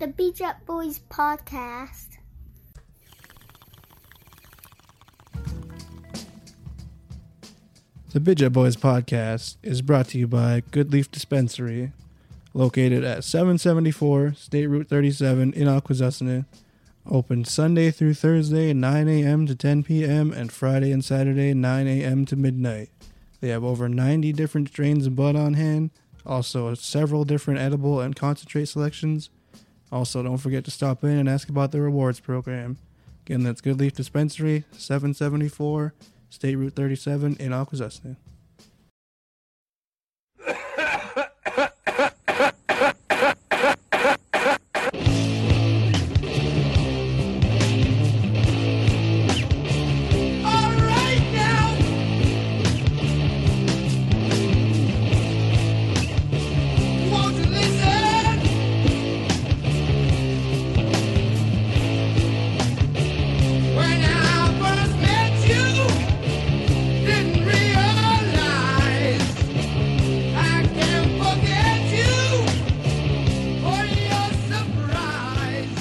the Beach Up Boys podcast. The Bija Boys podcast is brought to you by Good Leaf Dispensary, located at 774 State Route 37 in Akwesasne. Open Sunday through Thursday, 9 a.m. to 10 p.m., and Friday and Saturday, 9 a.m. to midnight. They have over 90 different strains of bud on hand, also several different edible and concentrate selections. Also, don't forget to stop in and ask about their rewards program. Again, that's Good Leaf Dispensary, 774 State Route 37 in Akwesasne. All right now. Won't you listen? When I first met you, didn't realize I can't forget you for your surprise.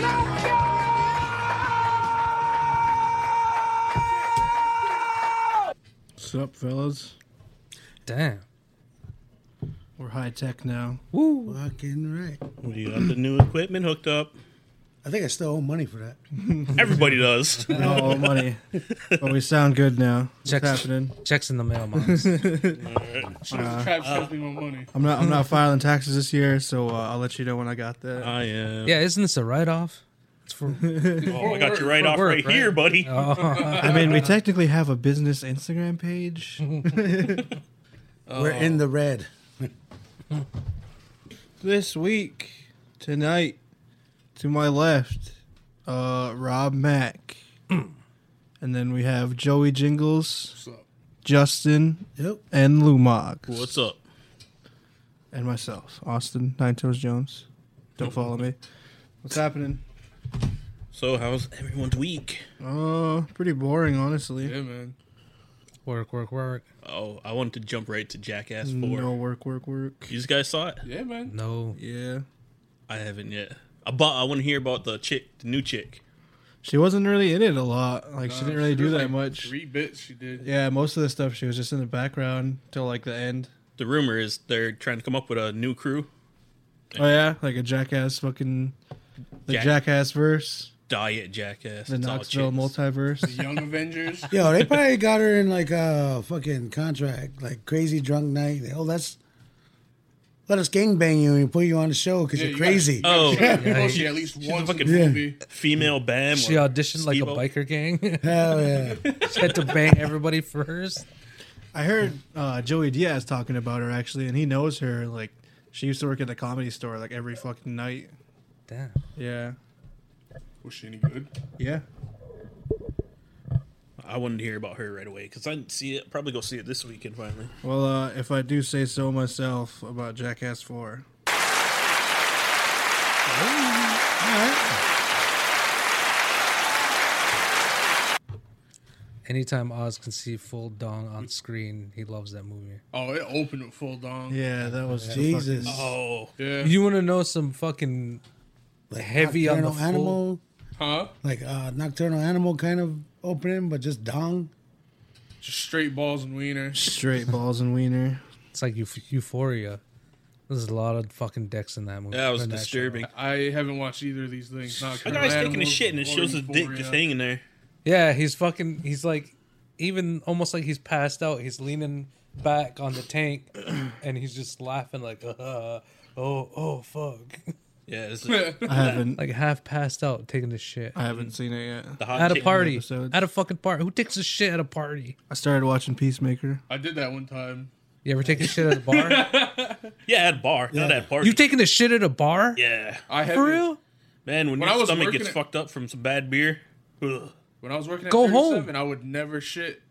Let's What's up, fellas? Damn. We're high tech now. Woo. Fucking right. We got the new equipment hooked up. I think I still owe money for that. Everybody does. Oh, money. But we sound good now. What's Checks. happening? Checks in the mail, moms. I'm not. I'm not filing taxes this year, so uh, I'll let you know when I got that. I am. yeah, isn't this a write off? It's for Oh, I got you right off work, right, right? Oh. here, buddy. I mean, we technically have a business Instagram page. We're in the red. this week, tonight, to my left, uh, Rob Mack, and then we have Joey Jingles, Justin, Yep. and Lou Moggs. What's up? and myself, Austin Nine Toes Jones. Don't follow me. What's happening? So, how's everyone's week? Uh, pretty boring, honestly. work, work, work. Oh, I wanted to jump right to Jackass 4. No work, work, work. You guys saw it? No. Yeah, I haven't yet. I, bought, I want to hear about the chick, the new chick. she wasn't really in it a lot. Like she didn't really do that much. Three bits she did. Yeah, most of the stuff she was just in the background till like the end. The rumor is they're trying to come up with a new crew. Oh yeah, like a jackass fucking the Jack- jackass verse, Diet Jackass. the It's all Knoxville chicks. multiverse. Young Avengers. Yo, they probably got her in like a fucking contract, like crazy drunk night. Oh, let's let us gangbang you and put you on the show because Yeah, you're you crazy. Oh, yeah, she at least the once fucking in the movie. female BAM. She or auditioned like a Steve-O. biker gang. Hell yeah. she had to bang everybody first. I heard uh, Joey Diaz talking about her actually, and he knows her. Like she used to work at the comedy store like every fucking night. Damn. Yeah, Was Oh, she any good? yeah. I wanted to hear about her right away because I didn't see it. Probably go see it this weekend finally. Well, uh, if I do say so myself about Jackass 4. Anytime Oz can see full Dong on screen, he loves that movie. Oh, it opened with full dong. Yeah, that was the Jesus. fucking- Oh, Yeah. You want to know some fucking heavy on the Nocturnal full? animal, Huh? like uh, nocturnal animal kind of opening, but just dong. Just straight balls and wiener. straight balls and wiener. It's like euph- Euphoria. There's a lot of fucking dicks in that movie. that was in show. disturbing. I haven't watched either of these things. Not A guy's taking a shit and it shows his dick just hanging there. Yeah, he's fucking. He's like, even almost like he's passed out. He's leaning back on the tank, and he's just laughing like, uh, oh, oh, fuck, Yeah, it's the I haven't like half passed out, taking this shit I haven't seen it yet. the hot at a chick- party, episodes. at a fucking party. Who takes a shit at a party? I started watching Peacemaker. I did that one time. You ever take a shit at a bar? Yeah, at a bar, not at a party. you taking a shit at a bar? yeah, I For haven't- real? man, when, When I your was stomach working gets at- fucked up from some bad beer, ugh. When I was working at Go Go home. home. I would never shit.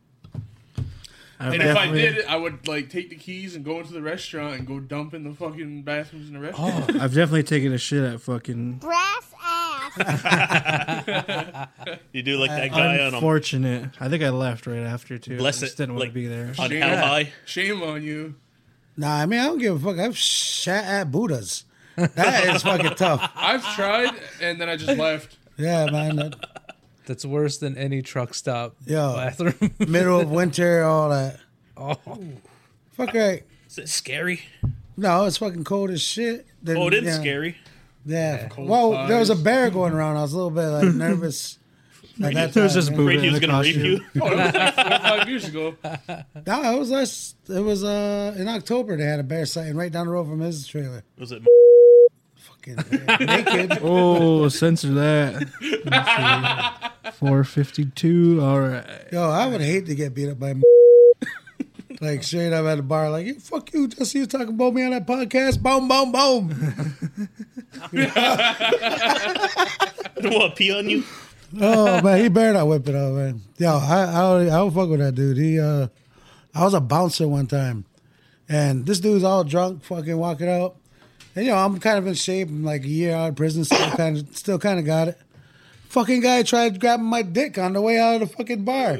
I've And if I definitely- did it, I would like take the keys and go into the restaurant and go dump in the fucking bathrooms in the restaurant. I've definitely taken a shit at fucking Brass ass. you do like that guy on a unfortunate. I think I left right after too. Bless I just it, didn't want like- to be there. on Shit. hell high. Shame on you. Nah, I mean I don't give a fuck. I've shat at Buddhas. That is fucking tough. I've tried and then I just left. Yeah, man. that- That's worse than any truck stop Yo. bathroom. Middle of winter, all that. oh, Fuck right. Is it scary? No, it's fucking cold as shit. Then- Oh, it is yeah, scary. Yeah. Cold Well, there was a thighs. bear going around. I was a little bit like nervous. at that There's time, this man. boob in Radio's the gonna costume. rape you. Oh, it was like four or five years ago. No, it was last. It was uh in October. They had a bear sighting right down the road from his trailer. Was it? Fucking yeah, naked. Oh, censor that. Four fifty-two. All right. Yo, I would hate to get beat up by. a Like straight up at the bar, like "Hey, fuck you, Jesse. You talking about me on that podcast? Boom, boom, boom. Don't want to pee on you. Oh man, he better not whip it up, man. Yo, I I don't, I don't fuck with that dude. He uh, I was a bouncer one time, and this dude's all drunk, fucking walking out. And you know, I'm kind of in shape. I'm like a year out of prison, still kind of still kind of got it. Fucking guy tried grabbing my dick on the way out of the fucking bar.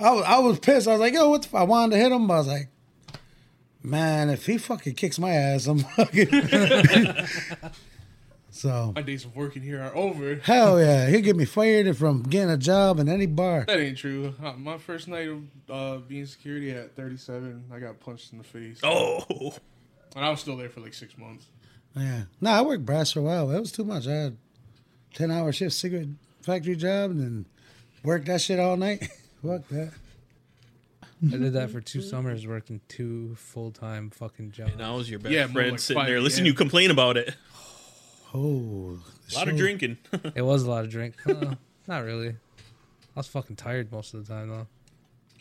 I was I was pissed. I was like, yo, what? The f-? I wanted to hit him. I was like. Man, if he fucking kicks my ass, I'm fucking. so My days of working here are over. Hell yeah, he'll get me fired from getting a job in any bar. That ain't true. Uh, My first night of uh, being security at 37, I got punched in the face. Oh, And I was still there for like six months. Yeah, no, I worked brass for a while. That was too much. I had ten hour shift, cigarette factory job, and then worked that shit all night. Fuck that. I did that for two summers, working two full time fucking jobs. now was your best Yeah, more friend like sitting five, there. Listen, yeah. you complain about it. Oh, A lot of drinking. It was a lot of drink. Uh, not really. I was fucking tired most of the time though.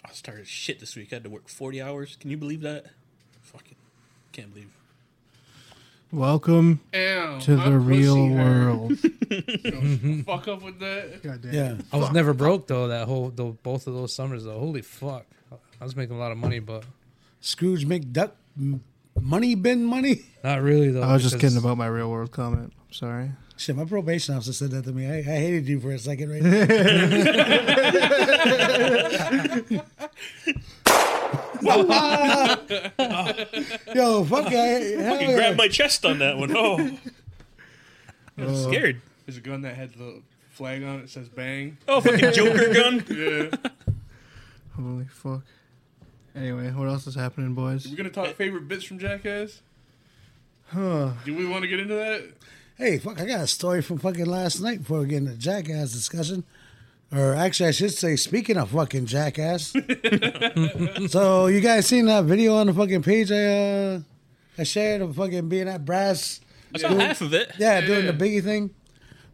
I started shit this week. I had to work forty hours. Can you believe that? Fucking can't believe. Welcome Damn. to my the real pussy hurt. world. Fuck up with that. God damn. yeah. I was never broke though. That whole though, both of those summers though. Holy fuck, I was making a lot of money, but Scrooge McDuck, m- money bin money. not really though. I was just because kidding about my real world comment. I'm sorry. Shit, my probation officer said that to me. I, I hated you for a second, right? there. Yo, fuck! I, Fucking hell yeah. grabbed my chest on that one. Oh, I'm Oh. scared. There's a gun that had the flag on it that says bang. Oh, fucking Joker gun. Yeah. Holy fuck. Anyway, what else is happening, boys? We're gonna talk favorite bits from Jackass. Huh. Do we want to get into that? Hey, fuck, I got a story from fucking last night before we get into jackass discussion. Or actually, I should say, speaking of fucking jackass. so, you guys seen that video on the fucking page I, uh, I shared of fucking being at Brass? I saw half of it. Yeah, doing Yeah. the biggie thing.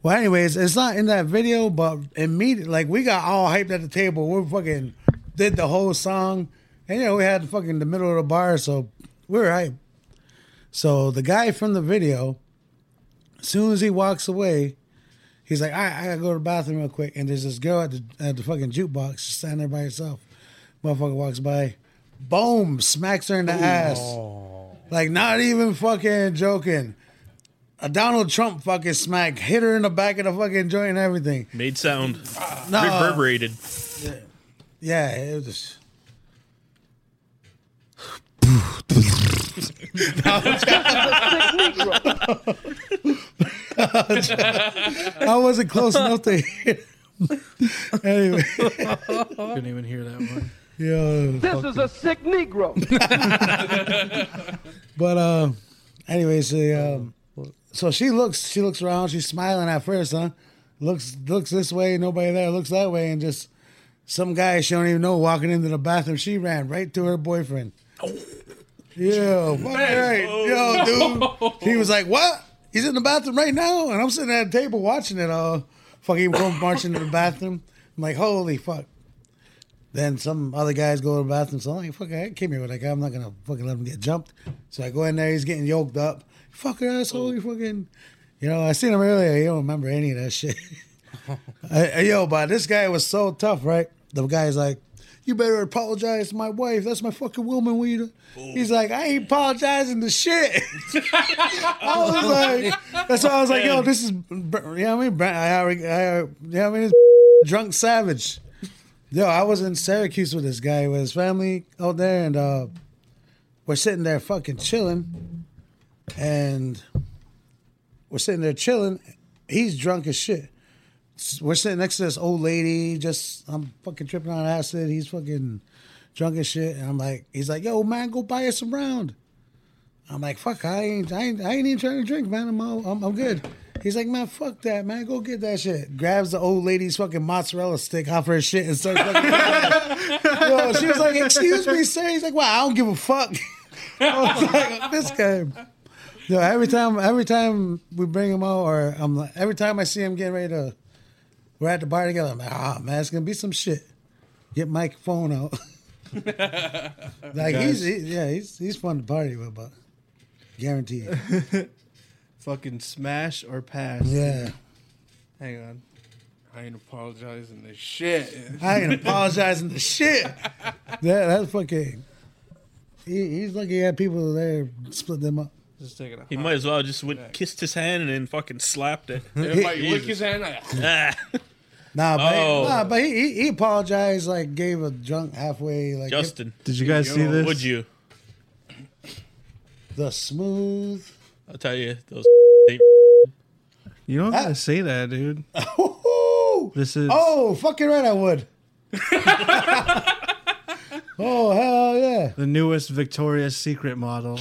Well, anyways, it's not in that video, but immediately, like, we got all hyped at the table. We fucking did the whole song. And, you know, we had fucking the middle of the bar, so we were hyped. So the guy from the video, as soon as he walks away, he's like, all right, I gotta go to the bathroom real quick. And there's this girl at the, at the fucking jukebox just standing there by herself. Motherfucker walks by, boom, smacks her in the ass. Like, not even fucking joking. A Donald Trump fucking smack hit her in the back of the fucking joint and everything. Made sound. No, Reverberated. yeah, it was. Just... I wasn't close enough to hear. anyway, Couldn't even hear that one. yo, This is a sick Negro. but uh, anyways, the, um, so she looks, she looks around, she's smiling at first, huh? Looks, looks this way, nobody there. Looks that way, and just some guy she don't even know walking into the bathroom. She ran right to her boyfriend. Yeah, fuck right. Yo, dude. He was like, What? He's in the bathroom right now? And I'm sitting at a table watching it all. Fucking go marching to the bathroom. I'm like, Holy fuck. Then some other guys go to the bathroom. "Oh, So I'm like, Fuck, I came here with that guy. I'm not going to fucking let him get jumped. So I go in there. He's getting yoked up. Fuck your asshole. You fucking. You know, I seen him earlier. He don't remember any of that shit. I- I- yo, but this guy was so tough, right? The guy's like, you better apologize to my wife. That's my fucking woman. Will you? He's like, I ain't apologizing to shit. I was like, that's why I was like, yo, this is, you know what I mean? Bra- I already, I already, you know what I mean? It's drunk savage. Yo, I was in Syracuse with this guy with his family out there, and uh, we're sitting there fucking chilling, and We're sitting there chilling. He's drunk as shit. S- We're sitting next to this old lady. Just I'm fucking tripping on acid. He's fucking drunk as shit. And I'm like, he's like, yo man, go buy us a round. I'm like, fuck, I ain't, I ain't, I ain't even trying to drink, man. I'm, all, I'm, I'm good. He's like, man, fuck that, man. Go get that shit. Grabs the old lady's fucking mozzarella stick off her shit and starts fucking. Yo, she was like, excuse me, sir. He's like, wow, I don't give a fuck. I was like, this guy. Yo, every time, every time we bring him out, or I'm like, every time I see him getting ready to, we're at the bar together. I'm like, ah, man, it's gonna be some shit. Get Mike phone out. like he's, he, yeah, he's he's fun to party with, but guaranteed. Fucking smash or pass. Yeah. Hang on. I ain't apologizing to shit. I ain't apologizing to shit. Yeah, that's fucking. He, he's lucky he had people there split them up. Just taking a He might as well just went kissed his hand and then fucking slapped it. Everybody lick Jesus. his hand. Like, Ah. Nah, but, Oh. nah, but he, he he apologized, like gave a drunk halfway, like Justin, Did you guys see Yo, this? would you? the smooth. I'll tell you those. You don't gotta say that, dude. Woo-hoo! This is Oh, fucking right, I would. oh hell yeah! the newest Victoria's Secret model.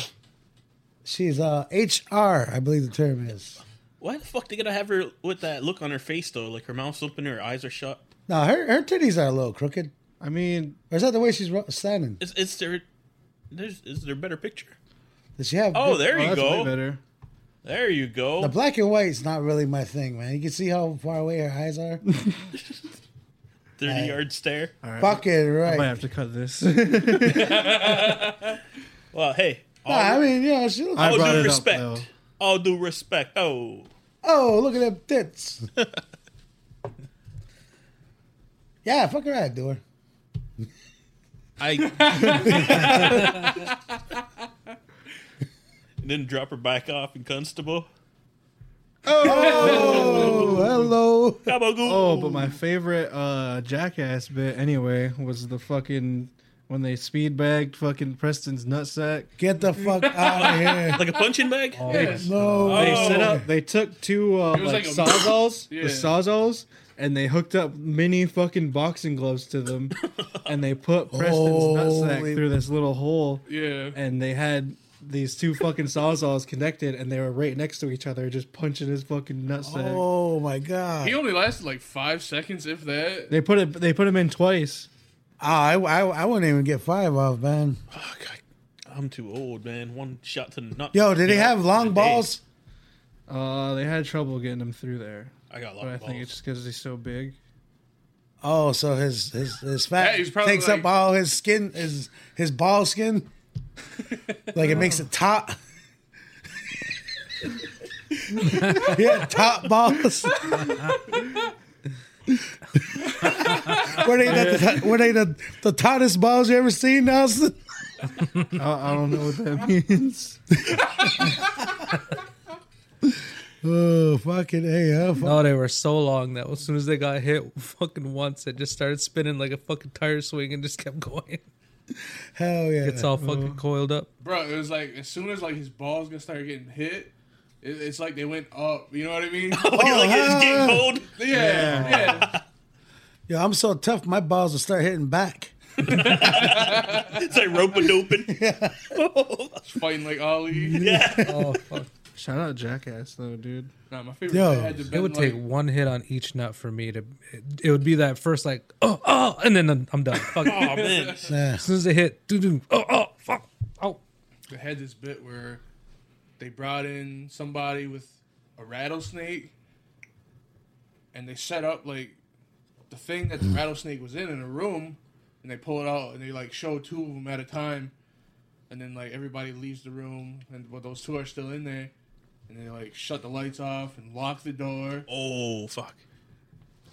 She's uh HR, I believe the term is. Why the fuck they gotta have her with that look on her face though? Like her mouth's open, her eyes are shut. Now her her titties are a little crooked. I mean, Or is that the way she's ro- standing? It's it's their. There's is there a better picture? Does she have? Oh, there oh, you that's way go. better. There you go. The black and white's not really my thing, man. You can see how far away her eyes are. Thirty yard stare. Fucking I right. might have to cut this. Well, hey, all, Nah, I mean, yeah, she looks. I all brought it due up, respect. though. all due respect. Oh, Oh, look at them tits. yeah, fuck her right, dude. I. and then drop her back off in Constable. Oh, hello. Come on, go. Oh, but my favorite uh, jackass bit anyway was the fucking when they speed bagged fucking Preston's nutsack. Get the fuck out of here. Like a punching bag? No. They Oh. set up. They took two uh, It was like, like a- sawzalls, Yeah. the sawzalls, and they hooked up mini fucking boxing gloves to them, and they put Preston's Holy- nutsack through this little hole, yeah. and they had these two fucking sawzalls connected, and they were right next to each other, just punching his fucking nutsack. Oh my He god. only lasted like five seconds, if that. They put it. They put him in twice. Ah, I, I, I wouldn't even get five off, man. Oh, God. I'm too old, man. One shot to the nut. Yo, did he Yeah. have long Hey, balls? Uh, they had trouble getting him through there, I got long but I balls. think it's just because he's so big. Oh, so his his his Yeah, fat he's probably takes up like- all his skin, his his ball skin. like it makes it top. yeah, top balls. were they the, were they the, the tautest balls you ever seen, Nelson? I, I don't know what that means. Oh, fucking hey, huh? Fuck- No, they were so long that as soon as they got hit fucking once, it just started spinning like a fucking tire swing and just kept going. hell yeah. It's all fucking coiled up. Bro, it was like as soon as like his balls gonna start getting hit, it, it's like they went up. You know what I mean? Oh, you're like, it's getting cold. yeah, yeah. Yo, I'm so tough, my balls will start hitting back. It's like rope and open. Fighting like Ali. Oh, fuck. Shout out Jackass though, dude. Nah, my favorite Yo. Yo, had to It been would like, take one hit on each nut for me to. It, it would be that first like oh oh, and then I'm done. Fuck. Oh, man. Nah. As soon as they hit, doo doo. Oh oh fuck. Oh. they had this bit where they brought in somebody with a rattlesnake and they set up like the thing that the rattlesnake was in in a room and they pull it out and they like show two of them at a time and then like everybody leaves the room and well those two are still in there and they like shut the lights off and lock the door Oh, fuck.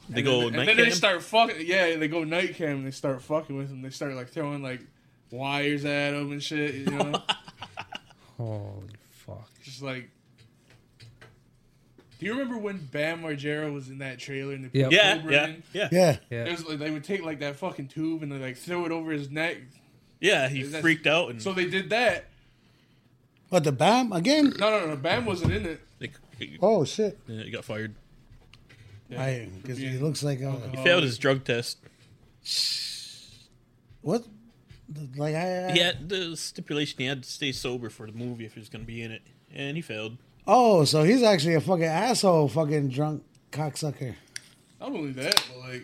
They and go then, night and then they cam? start fucking yeah they go night cam and they start fucking with them they start like throwing like wires at them and shit you know Holy fuck. just like. Do you remember when Bam Margera was in that trailer and they put Yep. Yeah, Cobra yeah, in? yeah, yeah. Yeah. It Yeah. was like they would take like that fucking tube and they like throw it over his neck. he Is that- freaked out and So they did that. What the bam again? No, no, no. Bam wasn't in it. they Oh shit! Yeah, he got fired. I because he looks like uh, a, Oh. He failed his drug test. what? Like I, I He had the stipulation he had to stay sober for the movie if he was going to be in it, and he failed. Oh, so he's actually a fucking asshole, fucking drunk cocksucker. Not only that, but like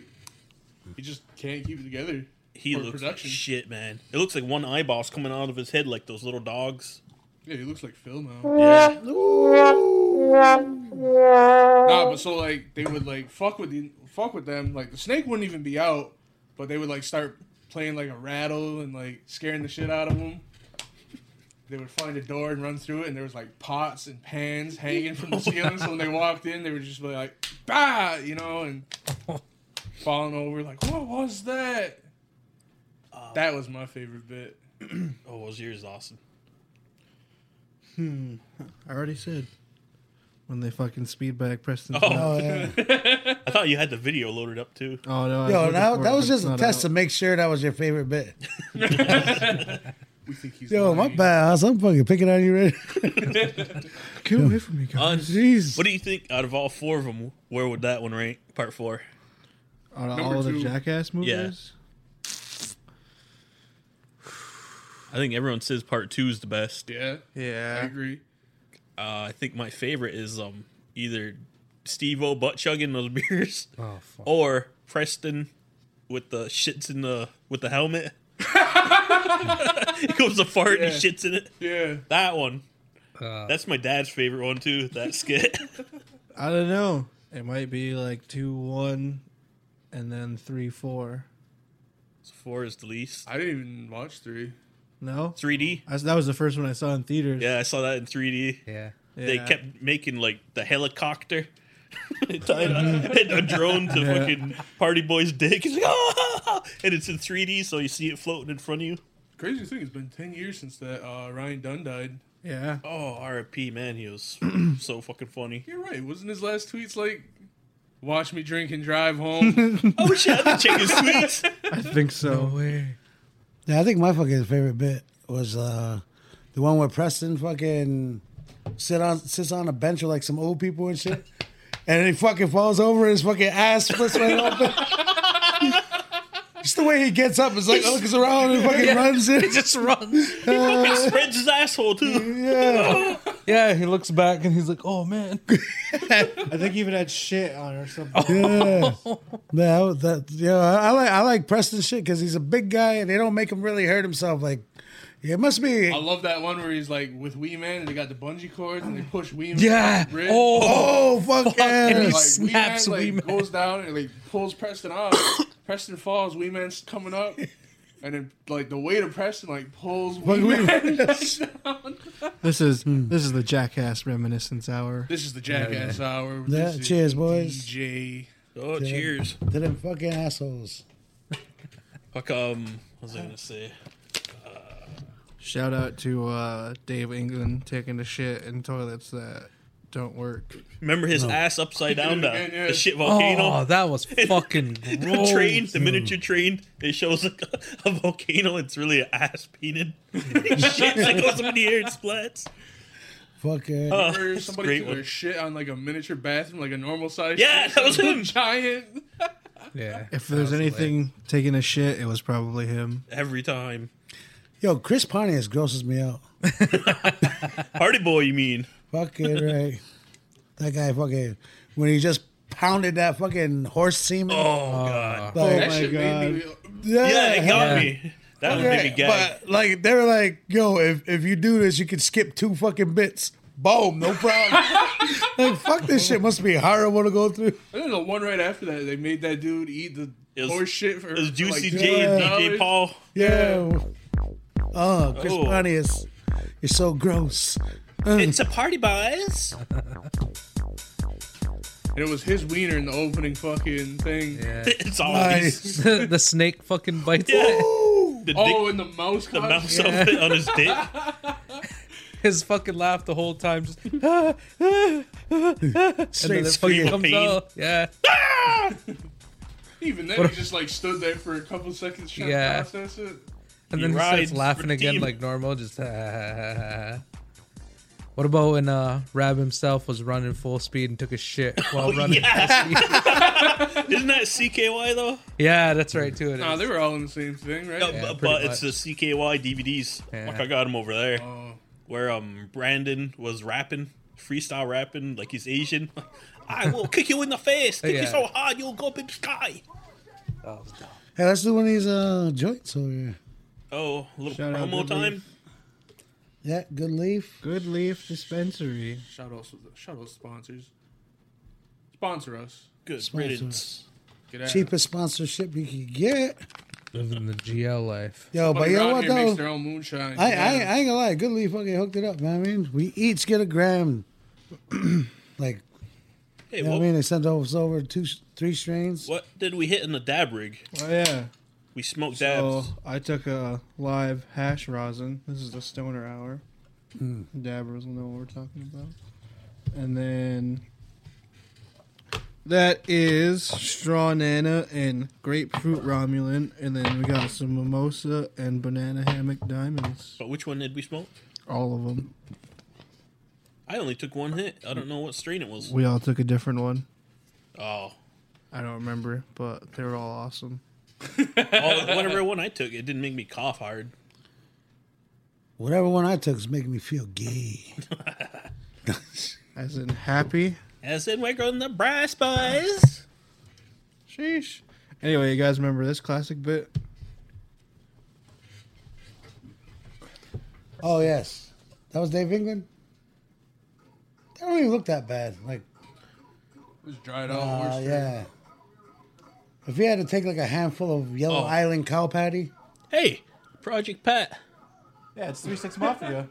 he just can't keep it together. He for looks production. like shit, man. It looks like one eyeball's coming out of his head like those little dogs. Oh, Yeah, he looks like Phil now. Yeah. Nah, but so like they would like fuck with the fuck with them. Like the snake wouldn't even be out, but they would like start playing like a rattle and like scaring the shit out of them. They would find a door and run through it, and there was like pots and pans hanging from the ceiling. so when they walked in, they were just like, "Bah," you know, and falling over. Like, what was that? that was my favorite bit. Oh, well, yours, Austin. I already said when they fucking speed back Preston. Oh yeah. I thought you had the video loaded up too. oh no! I was Yo, looking that, for that it, was but just it's a not test out. to make sure that was your favorite bit. We think he's Yo, my lying. bad. Hoss. I'm fucking picking on you, right? Get away from me, guys. Uh, Jeez. What do you think out of all four of them, where would that one rank? Part four. Out of Number all the two. Jackass movies, I think everyone says part two is the best. Yeah, I yeah, agree. Uh, I think my favorite is um either Steve O butt chugging those beers Oh, fuck. or Preston with the shits in the with the helmet. he goes to fart and he Yeah. shits in it. Yeah, That one. Uh, That's my dad's favorite one too. That skit. I don't know. It might be like two one, and then three four. four is the least. I didn't even watch three. No, 3D. I, that was the first one I saw in theaters. Yeah, I saw that in 3D. yeah. They Yeah. kept making like the helicopter. tied a, a drone to Yeah. fucking party boy's dick. It's like, "Ah!" and it's in 3D, so you see it floating in front of you. Crazy thing, it's been ten years since that uh, Ryan Dunn died. yeah. Oh, RIP, man, he was so fucking funny. You're right. Wasn't his last tweets like, "Watch me drink and drive home"? Oh shit, I have to check his tweets. I think so. Yeah, I think my fucking favorite bit was uh, the one where Preston fucking sit on sits on a bench with like some old people and shit, and he fucking falls over and his fucking ass splits right open. Just the way he gets up is like looks around and fucking runs in. Just run. He spreads his asshole too. Yeah, Yeah, he looks back and he's like, "Oh man, I think even had shit on or something. yeah. No, that yeah, I, I like I like Preston shit because he's a big guy and they don't make him really hurt himself. Like it must be I love that one where he's like with Wee Man and they got the bungee cords and they push Wee Man. yeah, Rib. oh, oh fuck, yeah. and Like, he snaps Wee Man, Wee like, Man. goes down and like pulls Preston off. Preston falls. Wee Man's coming up, and then like the weight of Preston like pulls Wee Wee- Man down. This is Hmm. this is the Jackass reminiscence hour. This is the Jackass Hour. Yeah, This is E cheers, boys. DJ. Oh, cheers. to them fucking assholes. Fuck, um, what was I gonna say? Shout out to uh, Dave England taking the shit in toilets that don't work. Remember his ass upside down, did it again, the, yeah. the shit oh, volcano? that was fucking the gross. train, the miniature train, it shows like a, a volcano. It's really an ass painted. Shit, like goes up in the air and splats. Fuck yeah. Remember it's a Oh, somebody great took one. their shit on like a miniature bathroom, like a normal size. Yeah, that was him. Giant. Yeah, If there's anything taking a shit, it was probably him. Every time. Yo, Chris Pontius grosses me out. Party boy, you mean? Fucking right. That guy fucking when he just pounded that fucking horse semen. Oh, Ah. god. like, that my shit made me. yeah, Yeah, it got hell me. That would yeah. make me gag. But like they were like, yo, if if you do this, you can skip two fucking bits. Boom, no problem. like fuck this shit must be horrible to go through. I don't know. One right after that, they made that dude eat the It was- horse shit for It was Juicy for like J and $10. DJ Paul. Yeah. Oh, Chris Oh. Pontius. You're so gross. It's a party, boys. And it was his wiener in the opening fucking thing. yeah. It's always Nice. the snake fucking bites Yeah. it. the dick, Oh, and the mouse. the cut? mouse of it on his dick. His fucking laugh the whole time. Just ah, ah, and Straight then it scream. fucking comes Pain. out. Yeah, Even then, he just like stood there for a couple seconds trying Yeah. to process it. and He then he starts rides for laughing again team. like normal. Just ah, ah, ah, ah. What about when uh, Rab himself was running full speed and took a shit Oh, while running? Yeah. Isn't that CKY though? that's right too. It Nah, is. they were all in the same thing, right? No, Yeah, but, but pretty it's the CKY DVDs. Yeah. Like I got them over there, Oh. where um Brandon was rapping, freestyle rapping, like he's Asian. I will kick you in the face, kick you Yeah. so hard you'll go up in the sky. That was dumb. Hey, let's do one of these uh, joints over here. Oh, a little Shout out promo Goodleaf. time. Yeah, good leaf. Good Leaf Dispensary. Shout out, shout out sponsors. Sponsor us. Good Sponsor riddance. Get at it. Cheapest sponsorship you can get. Living the GL life. Yo, but Somebody you know around what here makes though? their own moonshine. I, I, Yeah. I ain't gonna lie, good leaf fucking hooked it up, man. I mean, we each get a gram. like, Hey, you know what I what, mean? They sent us over two, three strains. what did we hit in the dab rig? Oh yeah. We smoked So dabs. I took a live hash rosin. This is the stoner hour. Hmm. Dabbers will know what we're talking about. And then that is straw nana and grapefruit romulan. And then we got some mimosa and banana hammock diamonds. But which one did we smoke? All of them. I only took one hit. I don't know what strain it was. We all took a different one. Oh, I don't remember, but they were all awesome. oh whatever one I took, it didn't make me cough hard. Whatever one I took is making me feel gay. As in happy. As in, we're going the brass boys. Sheesh. Anyway, you guys remember this classic bit? Oh yes, that was Dave England. They don't even look that bad. Like, It was dried out. uh, horse shit. yeah. If you had to take like a handful of Yellow Oh. Island cow patty, Hey, Project Pat. Yeah, it's Three Six Mafia.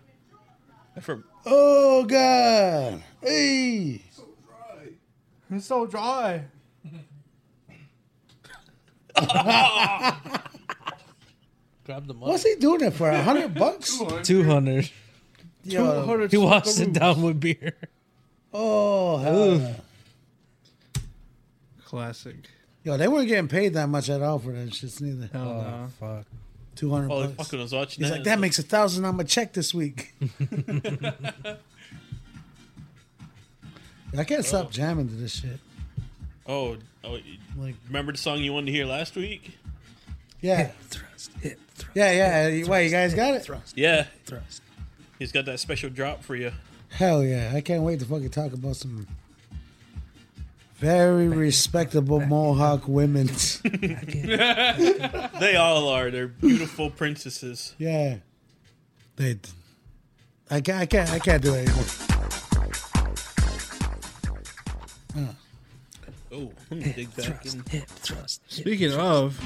From oh god, hey, It's so dry. Grab the money. what's he doing it for? A hundred bucks? Two hundred. Yo, He washed it down with beer. Oh hell, yeah. Classic. yo, they weren't getting paid that much at all for that shit neither. Hell no. Oh, fuck. Two hundred oh, bucks. fucking was watching He's that. like, that makes a thousand on my check this week. I can't stop jamming to this shit. Oh, oh, you- Like, remember the song you wanted to hear last week? yeah, Thrust. Hit. Thrust. yeah, yeah. You- Why you guys got it? Yeah, Thrust. he's got that special drop for you. Hell yeah! I can't wait to fucking talk about some very respectable Mohawk women. They all are. They're beautiful princesses. yeah, they. I can't. I can't. I can't do it anymore. Oh, let me dig back in. Hit. Thrust. Speaking of,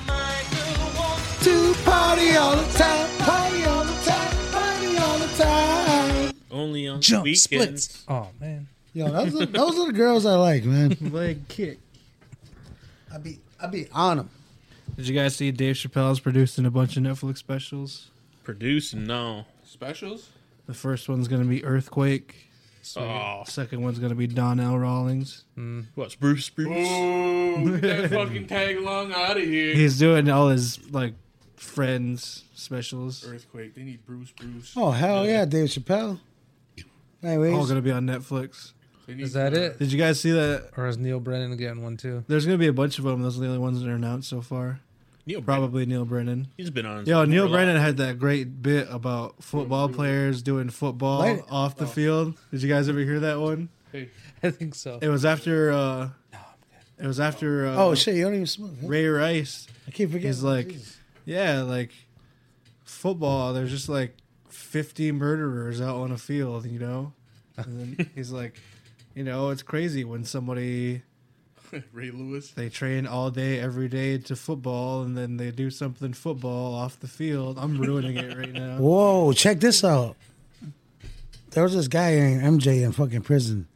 To party all the time, party all the time, party all the time. Only on Jump weekends. splits. Oh man. Yo, those are, those are the girls I like, man. leg kick. I be I be on them. Did you guys see Dave Chappelle's producing a bunch of Netflix specials? Produce no. Specials? The first one's gonna be Earthquake. Oh, Second one's gonna be Donnell Rawlings. what's Bruce Bruce? Ooh, get that fucking tag along out of here. He's doing all his like friends specials. Earthquake. They need Bruce Bruce. Oh hell yeah, Dave Chappelle. All Anyways, gonna be on Netflix. They need uh, Is that it? Did you guys see that? Or is Neil Brennan getting one too? There's gonna be a bunch of them. Those are the only ones that are announced so far. Neil Brennan. Probably Neil Brennan. He's been on. Yo, Neil for a lot. Brennan Mm-hmm. had that great bit about football players doing football Light it. off the field. Did you guys ever hear that one? Hey, I think so. It was after. uh It was after. Uh, oh shit, you don't even smoke. huh? Ray Rice I keep forgetting. is like, yeah, like football. There's just like 50 murderers out on a field, you know. And then he's like, you know, it's crazy when somebody Ray Lewis. they train all day every day to football and then they do something football off the field. I'm ruining it right now. Whoa, check this out. There was this guy in MJ in fucking prison.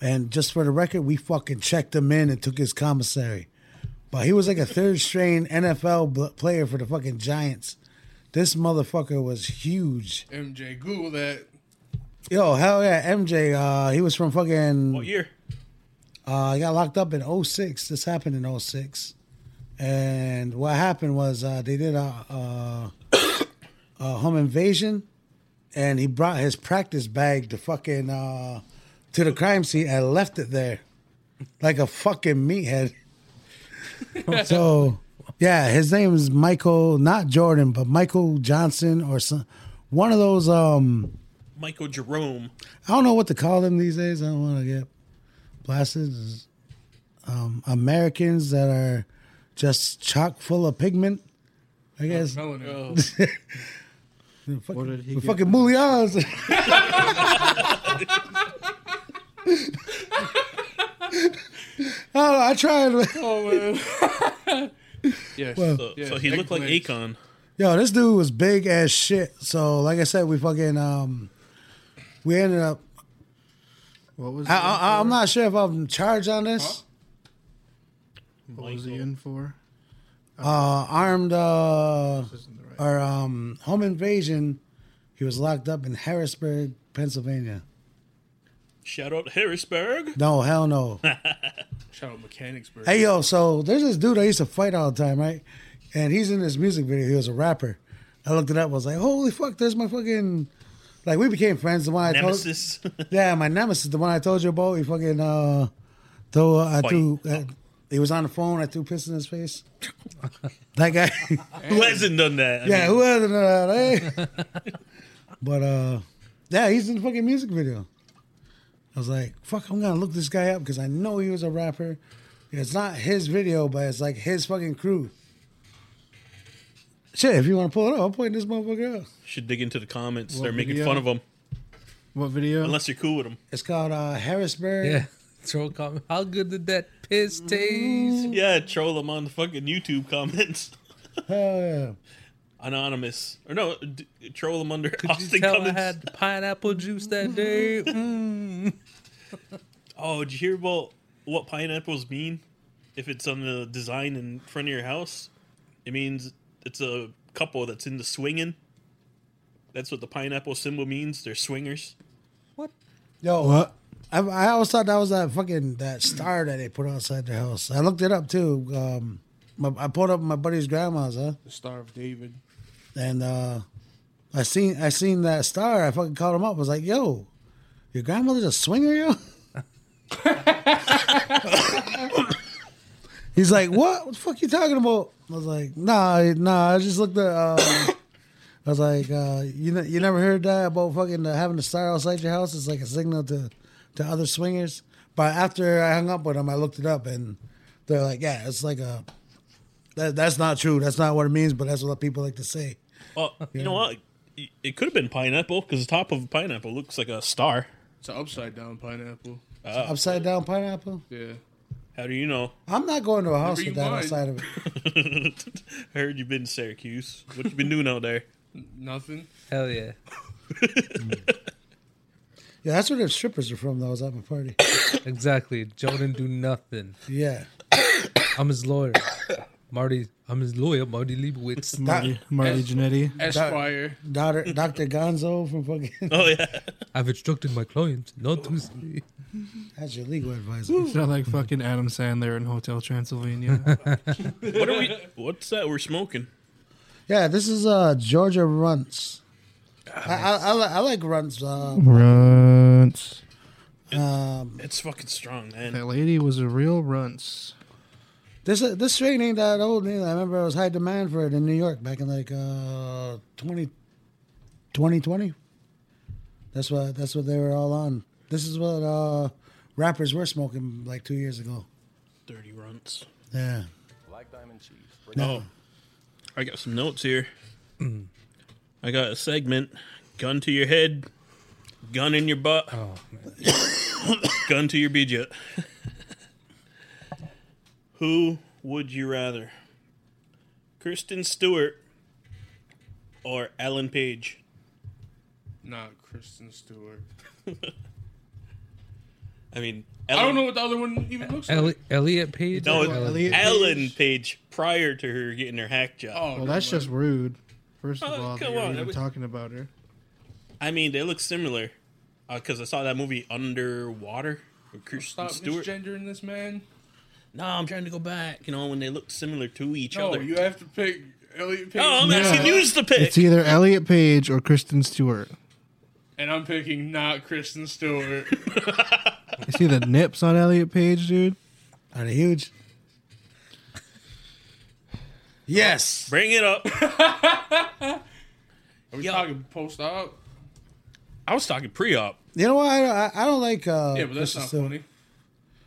And just for the record, we fucking checked him in and took his commissary. But he was like a third strain NFL bl- player for the fucking Giants. This motherfucker was huge. MJ. Google that. Yo, hell yeah, MJ. Uh, he was from What fucking. year? Uh, he got locked up in 06. This happened in 06. And what happened was uh, they did a, a, a home uh, invasion. and he brought his practice bag to fucking uh, to the crime scene and left it there, like a fucking meathead. so, yeah, his name is Michael, not Jordan, but Michael Johnson or some, one of those. Um, Michael Jerome. I don't know what to call them these days. I don't want to get blasted. Um, Americans that are just chock full of pigment. I guess Oh, Melanin. What did he the get? fucking mullions. I don't know. I tried. Oh man. yes. So, yes, so he looked like eggplants. Akon. Yo, this dude was big as shit. So, like I said, we fucking um, we ended up. What was I, he in I, I'm for? not sure if I'm charged on this. What was he in for? Uh, armed uh, This isn't the right. or um, home invasion. He was locked up in Harrisburg, Pennsylvania. Shout out Harrisburg. No, hell no. Shout out Mechanicsburg. Hey yo, so there's this dude I used to fight all the time, right? And he's in this music video. He was a rapper. I looked it up. I was like, holy fuck, there's my fucking. Like we became friends. The one I Nemesis. told, yeah, my nemesis, the one I told you about. He fucking uh, throw. I threw. Uh, he was on the phone. I threw piss in his face. that guy. Who hasn't done that? I yeah, mean, who other than that? Eh? but uh, yeah, he's in the fucking music video. I was like, fuck, I'm gonna look this guy up because I know he was a rapper. It's not his video, but it's like his fucking crew. Shit, if you want to pull it up, I'll point this motherfucker out. should dig into the comments. What They're making video? fun of him. What video? Unless you're cool with him. It's called uh, Harrisburg. Yeah. Troll comment. How good did that piss taste? Yeah, troll him on the fucking YouTube comments. Hell yeah. Anonymous. Or no, d- troll him under Could Austin you tell Cummins. I had pineapple juice that day? Mm. Oh, did you hear about what pineapples mean? If it's on the design in front of your house, it means it's a couple that's into swinging. That's what the pineapple symbol means. They're swingers. Yo, What? I, I always thought that was that fucking that star that they put outside their house. I looked it up too. Um, my, I pulled up my buddy's grandma's. Huh? The Star of David. And uh, I seen I seen that star. I fucking called him up. I was like, "Yo, your grandmother's a swinger, yo." He's like, "What? What the fuck you talking about?" I was like, "Nah, nah. I just looked at." Uh, I was like, uh, "You ne- you never heard that about fucking uh, having a star outside your house? It's like a signal to to other swingers." But after I hung up with him, I looked it up, and they're like, "Yeah, it's like a." That, that's not true. That's not what it means, but that's what people like to say. Oh, you know what? It- It could have been pineapple because the top of a pineapple looks like a star. It's an upside down pineapple. Upside down pineapple. Yeah. How do you know? I'm not going to a house Never with you that mind. outside of it. I heard you've been in Syracuse. What you been doing out there? Nothing. Hell yeah. Yeah, that's where the strippers are from. Though I was at my party. Exactly. Jordan do nothing. Yeah, I'm his lawyer. Marty, I'm his lawyer, Marty Leibowitz. Marty, Marty Jannetty. Esquire. Doctor Doctor Gonzo from fucking. Oh yeah, I've instructed my clients not to say. That's your legal advisor. Sound like fucking Adam Sandler in Hotel Transylvania. what are we? What's that we're smoking? Yeah, this is uh Georgia Runts. I I, I, li- I like Runts. Uh, Runts. um, It's fucking strong, man. That lady was a real runts. this uh, this strain ain't that old neither. I remember I was high demand for it in New York back in like uh 20, 2020. That's what that's what they were all on. This is what uh rappers were smoking like two years ago. Dirty runts. Yeah. Oh, I got some notes here. I got a segment: gun to your head, gun in your butt, gun to your budget. Who would you rather, Kristen Stewart or Alan Page? Not Kristen Stewart. I mean, I Ellen, don't know what the other one even looks like. Eli- Elliot Page? No, Elliot Elliot- Ellen Page. Page prior to her getting her hack job. Oh, Well, that's just rude. First of Oh, all, that come you're on, even that was- talking about her. I mean, they look similar because I saw that movie Underwater. with Kristen stop Stewart. misgendering this man. No, I'm trying to go back. You know, when they look similar to each No, other. Oh, you have to pick Elliot Page. oh, I'm No. asking you to pick. It's either Elliot Page or Kristen Stewart. and I'm picking not Kristen Stewart. You see the nips on Elliot Page, dude? Are they huge? Yes. Bring it up. Are we talking post op? I was talking pre-op. You know what? I don't, I- I don't like. Uh, Yeah, but that's Kristen not Stewart.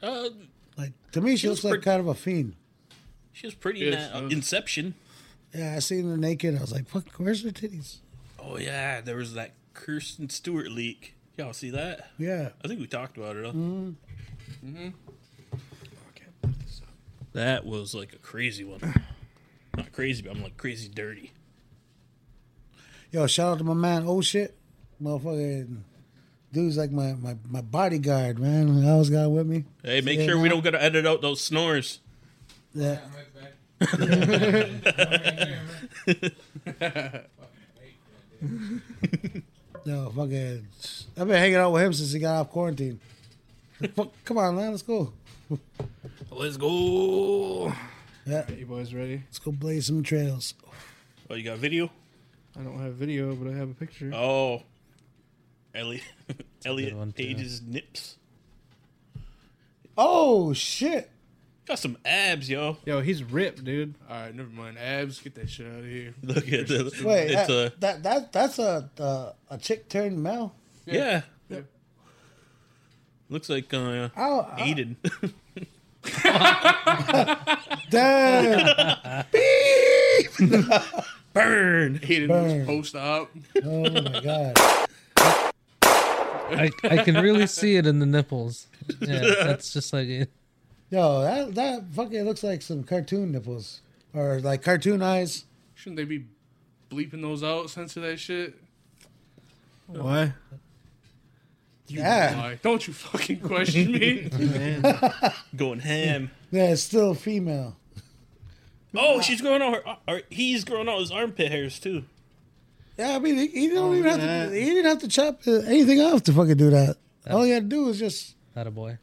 funny. Uh, Like to me, she looks was like pretty- kind of a fiend. she was pretty Yes, in that, uh, uh, Inception. Yeah, I seen her naked. I was like, "Fuck, where's her titties?" Oh yeah, there was that Kirsten Stewart leak. Y'all see that? Yeah. I think we talked about it. Huh? Mm-hmm. That was like a crazy one. Not crazy, but I'm like crazy dirty. Yo, shout out to my man. Oh shit, motherfucker, dude's like my my, my bodyguard, man. I always got him with me. Hey, make Yeah, sure we man. don't gotta edit out those snores. Yeah. No, fucking. I've been hanging out with him since he got off quarantine. Fuck, come on, man, let's go. Let's go. Yeah, You boys ready? let's go blaze some trails. Oh, you got video? I don't have video, but I have a picture. Oh, Elliot, good one, Elliot too. Page's nips. Oh shit! Got some abs, yo. Yo, he's ripped, dude. All right, never mind. Abs, get that shit out of here. Look at the. Wait, it's uh, that, a that that that's a uh, a chick turned male. yeah. Yeah. Looks like uh, Oh, oh, Eden. damn! Burn. Hayden Burn. was post op. oh my god! I, I can really see it in the nipples. Yeah, that's just like it. Yo, that that fucking looks like some cartoon nipples or like cartoon eyes. Shouldn't they be bleeping those out? Censor that shit. Why? Yeah, Why? Don't you fucking question me. Going ham. yeah, it's still female. Oh, she's growing out her. Or he's growing out his armpit hairs too. Yeah, I mean, he, he don't even have to. He didn't have to chop uh, anything off to fucking do that. All he had to do was just. Not a boy.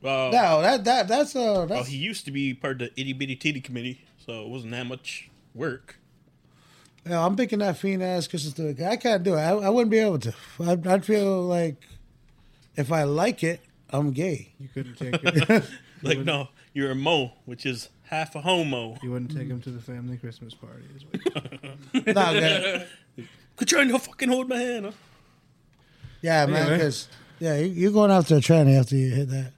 Wow. No, that that that's uh Well, that's he used to be part of the itty bitty titty committee, so it wasn't that much work. Yeah, I'm picking that fiend ass Kristen Stewart. guy. I can't do it. I, I wouldn't be able to. I'd, I'd feel like if I like it, I'm gay. You couldn't take it. Like, no, you're a mo, which is half a homo. you wouldn't take him to the family Christmas party. Is what Not good. Quit trying to fucking hold my hand. Huh? Yeah, man. Anyway. Because yeah, you, you're going after a tranny after you hit that.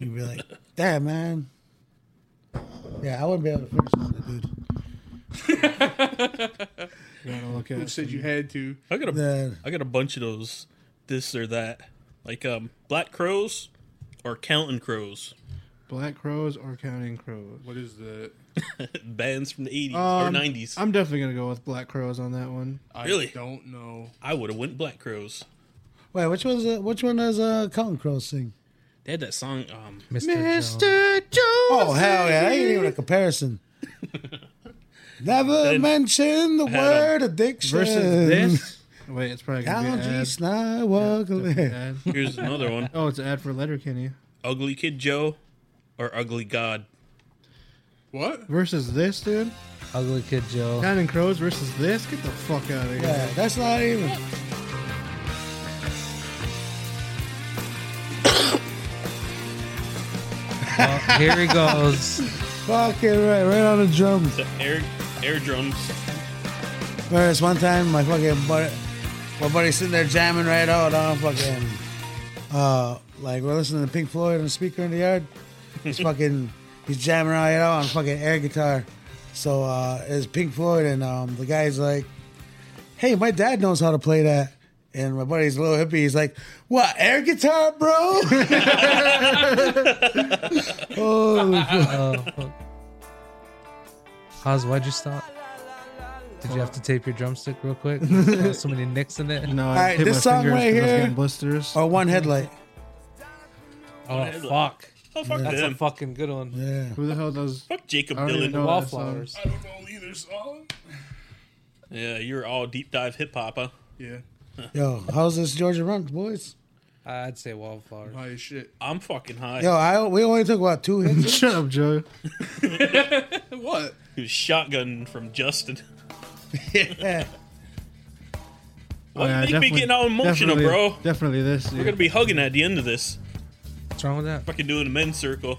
You'd be like, damn, man. Yeah, I wouldn't be able to finish on that dude. you gotta look Who at. said you had to? I got a, Then I got a bunch of those, this or that, like um, black crows or counting crows. Black crows or counting crows? What is that? Bands from the '80s or Um, '90s. i I'm definitely gonna go with black crows on that one. I Really? don't know. would have went black crows. wait, which one's uh, which one does uh, Counting Crow sing? They had that song. Um, Mr. Jones. Oh hell yeah, that ain't even a comparison. Never mention the word addiction. Versus this. Wait, it's probably gonna be an ad. Allergies, not walking. Ad. here's another one: Oh, it's an ad for Letterkenny. Ugly Kid Joe or Ugly God. What? Versus this, dude. Ugly Kid Joe. Counting crows versus this. Get the fuck out of here. Yeah, that's not even. Well, here he goes. Fucking right, right on the drums. The air air drums. Remember this one time, my fucking buddy, my buddy sitting there jamming right out on fucking, uh, like we're listening to Pink Floyd on the speaker in the yard. He's fucking, he's jamming right out on fucking air guitar. So uh, it's Pink Floyd, and um, the guy's like, "Hey, my dad knows how to play that." And my buddy's a little hippie. He's like, "What air guitar, bro?" Holy Oh, fuck. Haas, why'd you stop? Did you have to tape your drumstick real quick? Oh, so many nicks in it. No, I Alright, hit this my song fingers right 'cause I was here- getting blisters. or one headlight. Oh fuck! Oh fuck That's a them! fucking good one. Yeah. Who the hell does? fuck Jacob I don't even Dylan. know. that song. Wallflowers. I don't know either song. Yeah, you're all deep dive hip hop, huh? Yeah. Yo, how's this Georgia run, boys? I'd say wallflowers. High as shit. I'm fucking high. Yo, I we only took what two hits. Shut up, Joe. What? He was shotgun from Justin. Yeah. Yeah, Why you make me definitely- getting all emotional, definitely- bro? Definitely this. We're dude. gonna be hugging at the end of this. What's wrong with that? Fucking doing a men's circle.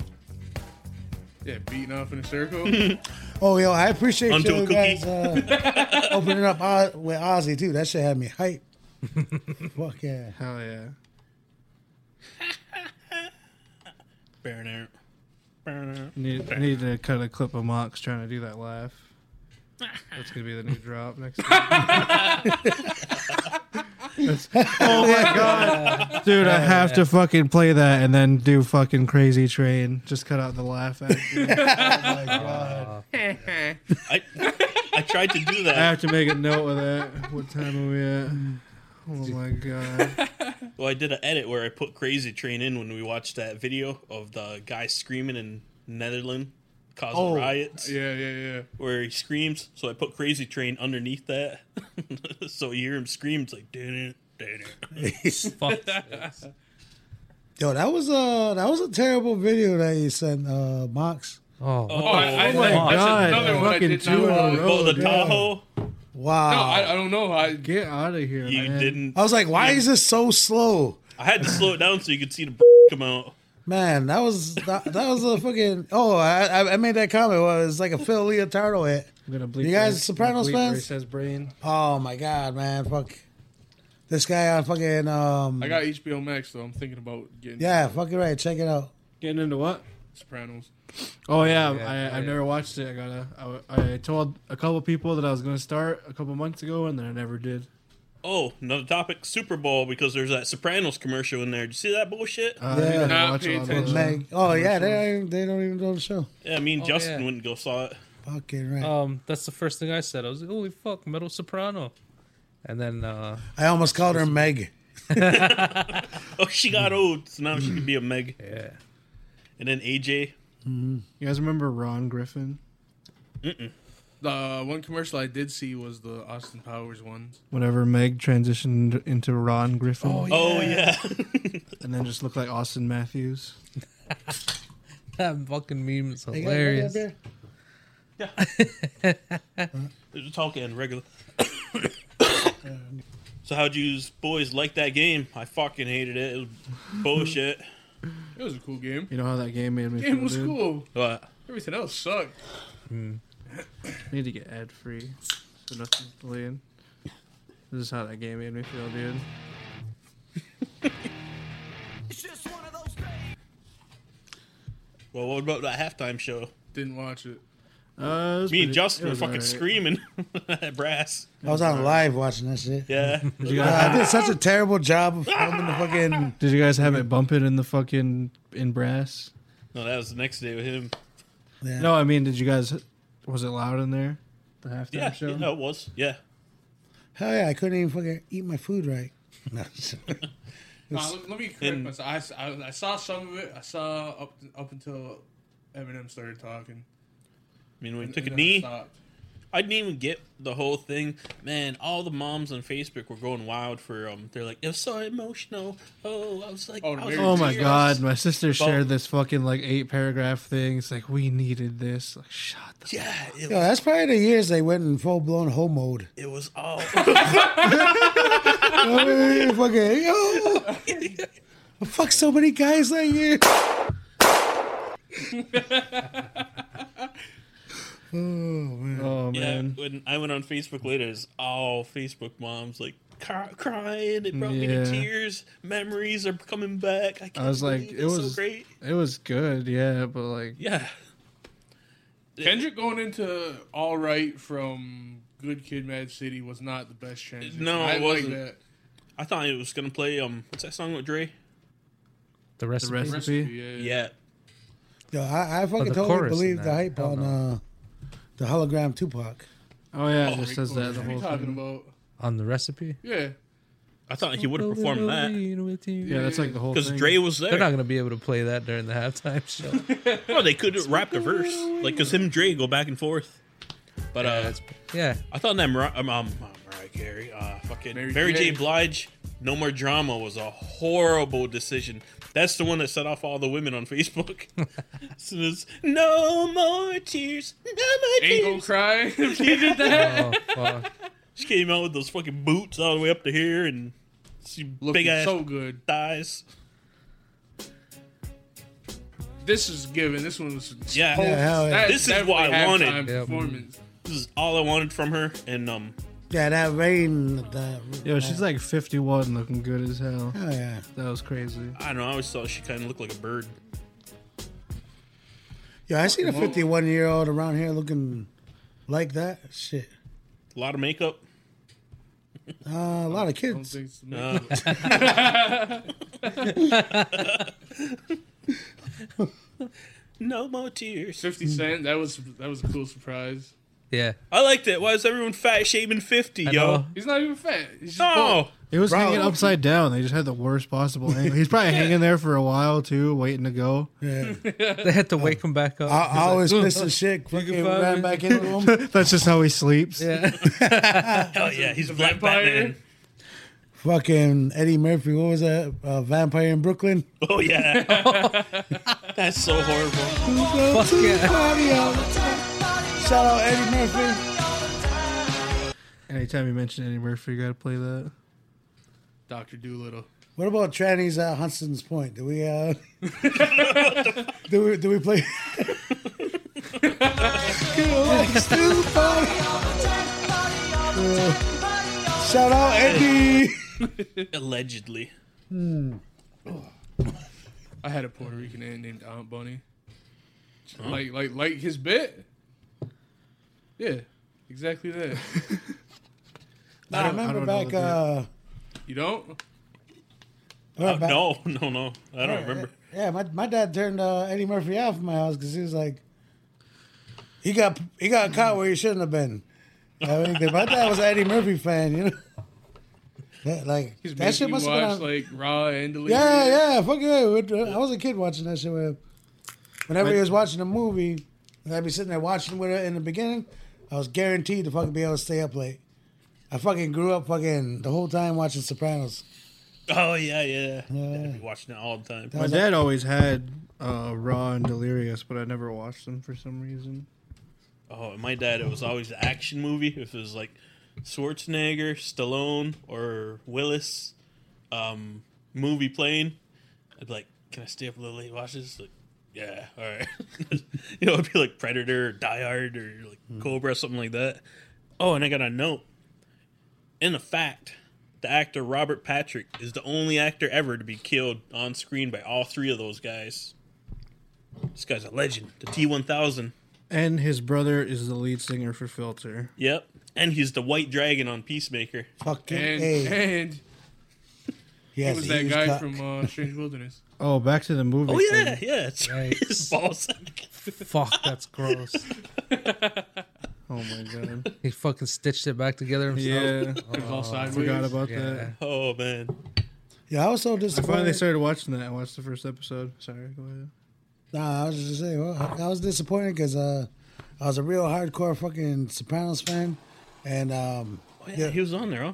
Yeah, beating off in a circle. Oh, yo, I appreciate Onto a you guys uh, opening up Oz- with Ozzy too. That shit had me hype. Fuck yeah. Hell yeah. Burner. Burner. Need, I need to cut a clip of Mox trying to do that laugh. That's gonna be the new drop next. week. That's- oh my god, dude! Oh, I have to fucking play that and then do fucking Crazy Train. Just cut out the laugh. Actually. I, I tried to do I that. have to make a note of that. What time are we at? Oh my god! Well, I did an edit where I put Crazy Train in when we watched that video of the guy screaming in Netherlands causing Oh, riots. yeah, yeah, yeah. Where he screams, so I put Crazy Train underneath that, so you hear him scream. It's like, did it, did it. Fuck. this. Yo, that was a that was a terrible video that you sent, uh, Mox. Oh, Oh, oh I, oh I, my that's God, another one I fucking did two in not a watch. row. Oh, the dude. Tahoe, Wow. No, I, I don't know. I Get out of here! you man. didn't. I Oh. was like, why is this so slow? I had to slow it down so you could see the b- come out. Man, that was that, that was a fucking. Oh, I I- I made that comment. Well, it's like a Phil Leotardo hit. I'm gonna bleep You guys where- Sopranos bleep where he fans? says brain. Oh my god, man, fuck. This guy on fucking um. I got HBO Max, so I'm thinking about getting yeah, fucking right. Check it out. Getting into what? Sopranos. Oh yeah, I, yeah, I've yeah. never watched it. I gotta. I, I told a couple people that I was gonna start a couple months ago, and then I never did. Oh, another topic: Super Bowl because there's that Sopranos commercial in there. Did you see that bullshit? Uh, I Yeah. need to Not watch a pay lot of those. attention. Like, oh yeah, they don't even, they don't even know the show. yeah, me and oh, Justin yeah. wouldn't go saw it. Fucking right. Oh. um, that's the first thing I said. I was like, holy fuck, Metal Soprano. And then, uh, I almost called her Meg. Oh, she got old, so now she could be a Meg. yeah. And then AJ. You guys remember Ron Griffin? The one commercial I did see was the Austin Powers ones. Whenever Meg transitioned into Ron Griffin, Oh yeah, and then just looked like Austin Matthews. That fucking meme is You got anybody up hilarious. here? We're talking regular. so how'd you boys like that game? I fucking hated it. It was bullshit. It was a cool game. You know how that game made me Game feel, was dude? cool. But Everything else sucked. I need to get ad free, so nothing's delaying. This is how that game made me feel, dude. well, what about that halftime show? Didn't watch it. Uh, it was Me and pretty- Justin it were was fucking alright. screaming at brass. I was on live watching that shit. Yeah, Did you guys, I did such a terrible job of filming the fucking. did you guys have it bumping in the fucking in brass? no, that was the next day with him. Yeah. No, I mean, did you guys? Was it loud in there? The halftime Yeah, show. yeah, it was. Yeah, Hell yeah, I couldn't even fucking eat my food right. No, Nah, let, let me correct myself. I s- I, I saw some of it. I saw up up until Eminem started talking. I mean, we And took a then I knee. stopped. I didn't even get the whole thing. Man, all the moms on Facebook were going wild for um. They're like, "It was so emotional." Oh, I was like, Oh, I was Mary- Oh my tears." god, my sister shared Well- this fucking like eight paragraph thing. It's like we needed this. Like shut the Yeah, it, Yo, that's probably the years they went in full blown hoe mode. it was all. Hey, fucking, yo. I fucked so many guys that year. Oh yeah, man. when I went on Facebook later, it's all Facebook moms like cry, crying. It brought me Yeah. to tears. Memories are coming back. I, can't was like, believe it it's was- so great. It was good, yeah, but like Yeah, Kendrick going into All Right from Good Kid, Mad City was not the best transition. No, I it like wasn't. that I thought it was gonna play um. What's that song with Dre? The rest, the recipe. recipe. Yeah, Yeah, Yo, I, I the fucking chorus totally in believe the that. hype Hell on no. uh, the hologram Tupac. Oh yeah, it Oh, just says that the What are you whole talking thing. about? on the recipe. Yeah, I thought he would have performed that Yeah, that's like the whole because thing. Dre was They're not there. gonna be able to play that during the halftime show. No, they could have rapped a verse like because him and Dre go back and forth. But uh, yeah, I thought that Mar- um, um, not Mariah Carey, uh, fucking Mary Mary, J. J. Blige, "No More Drama" was a horrible decision. That's the one that set off all the women on Facebook. as soon as "No More Tears," no more ain't gonna tears. cry. oh, fuck. She came out with those fucking boots all the way up to here and she big Looking ass so good. thighs. This is given. This one was. Yeah. Yeah, hell yeah. That's This is definitely what I wanted. halftime Yep. Performance. This is all I wanted from her. And um, Yeah, that rain. That, Yo, she's like 51, looking good as hell. Oh yeah. That was crazy. I don't know. I always thought she kind of looked like a bird. Yo, I seen a 51 year old around here looking like that. Shit. A lot of makeup. Uh, a lot of I don't kids. think it's Uh, no more tears. Hmm. Fifty Cent. That was that was a cool surprise. Yeah. I liked it. Why is everyone fat shaming 50, I yo? know. He's not even fat. He's just No. bald. It was Bro. hanging upside down. They just had the worst possible angle. He's probably hanging there for a while too, waiting to go. Yeah. They had to wake him back up. Oh. I, I always pissed and shit. can Fucking find ran me. back in the room. That's just how he sleeps. yeah. Hell yeah. He's Black vampire? Batman. Fucking Eddie Murphy. What was that? Uh, Vampire in Brooklyn. Oh, yeah. That's so horrible. Fuck yeah. Shout out Eddie Murphy. Anytime you mention Eddie Murphy, you gotta play that. Doctor Doolittle. What about trannies at Hudson's Point? Do we uh do we do we play Stupid. Uh, Shout out Eddie. Allegedly. I had a Puerto Rican aunt named Aunt Bunny. Like like like his bit. Yeah, exactly that. I I remember don't know back the uh You don't? Oh, no, no, no. I don't remember. Yeah, my, my dad turned uh, Eddie Murphy out from my house because he was like, he got he got caught where he shouldn't have been. I mean, 'cause my dad was an Eddie Murphy fan, you know. That, like He's that shit must making me have been watch on. like Raw and Delete. yeah, yeah, fuck yeah. Would- I was a kid watching that shit. Where, whenever he was watching a movie, and I'd be sitting there watching with her in the beginning. I was guaranteed to fucking be able to stay up late. I fucking grew up fucking the whole time watching Sopranos. Oh, yeah, yeah. I'd be watching it all the time. My dad always had uh, Raw and Delirious, but I never watched them for some reason. Oh, and my dad, it was always an action movie. If it was like Schwarzenegger, Stallone, or Willis, um, movie playing, I'd be like, "Can I stay up a little late? and Watch this." Like, yeah, all right. you know, it'd be like Predator, or Die Hard, or like Cobra, something like that. Oh, and I got a note. In the fact, the actor Robert Patrick is the only actor ever to be killed on screen by all three of those guys. This guy's a legend. The T one thousand. And his brother is the lead singer for Filter. Yep. And he's the white dragon on Peacemaker. Fucking And a. and He he has was a that huge guy cock. from uh, Strange Wilderness. Oh, back to the movie. Oh yeah, thing. yeah. It's Yikes. ballsack. Fuck, that's gross. Oh my god. He fucking stitched it back together himself. Yeah. It was all Oh, I sideways. forgot about Yeah. that. Oh man. Yeah, I was so I disappointed. finally started watching that. I watched the first episode. Sorry, go ahead. Nah, I was just saying, well, I- I was disappointed because uh, I was a real hardcore fucking Sopranos fan, and um, Oh, yeah, He was on there, huh?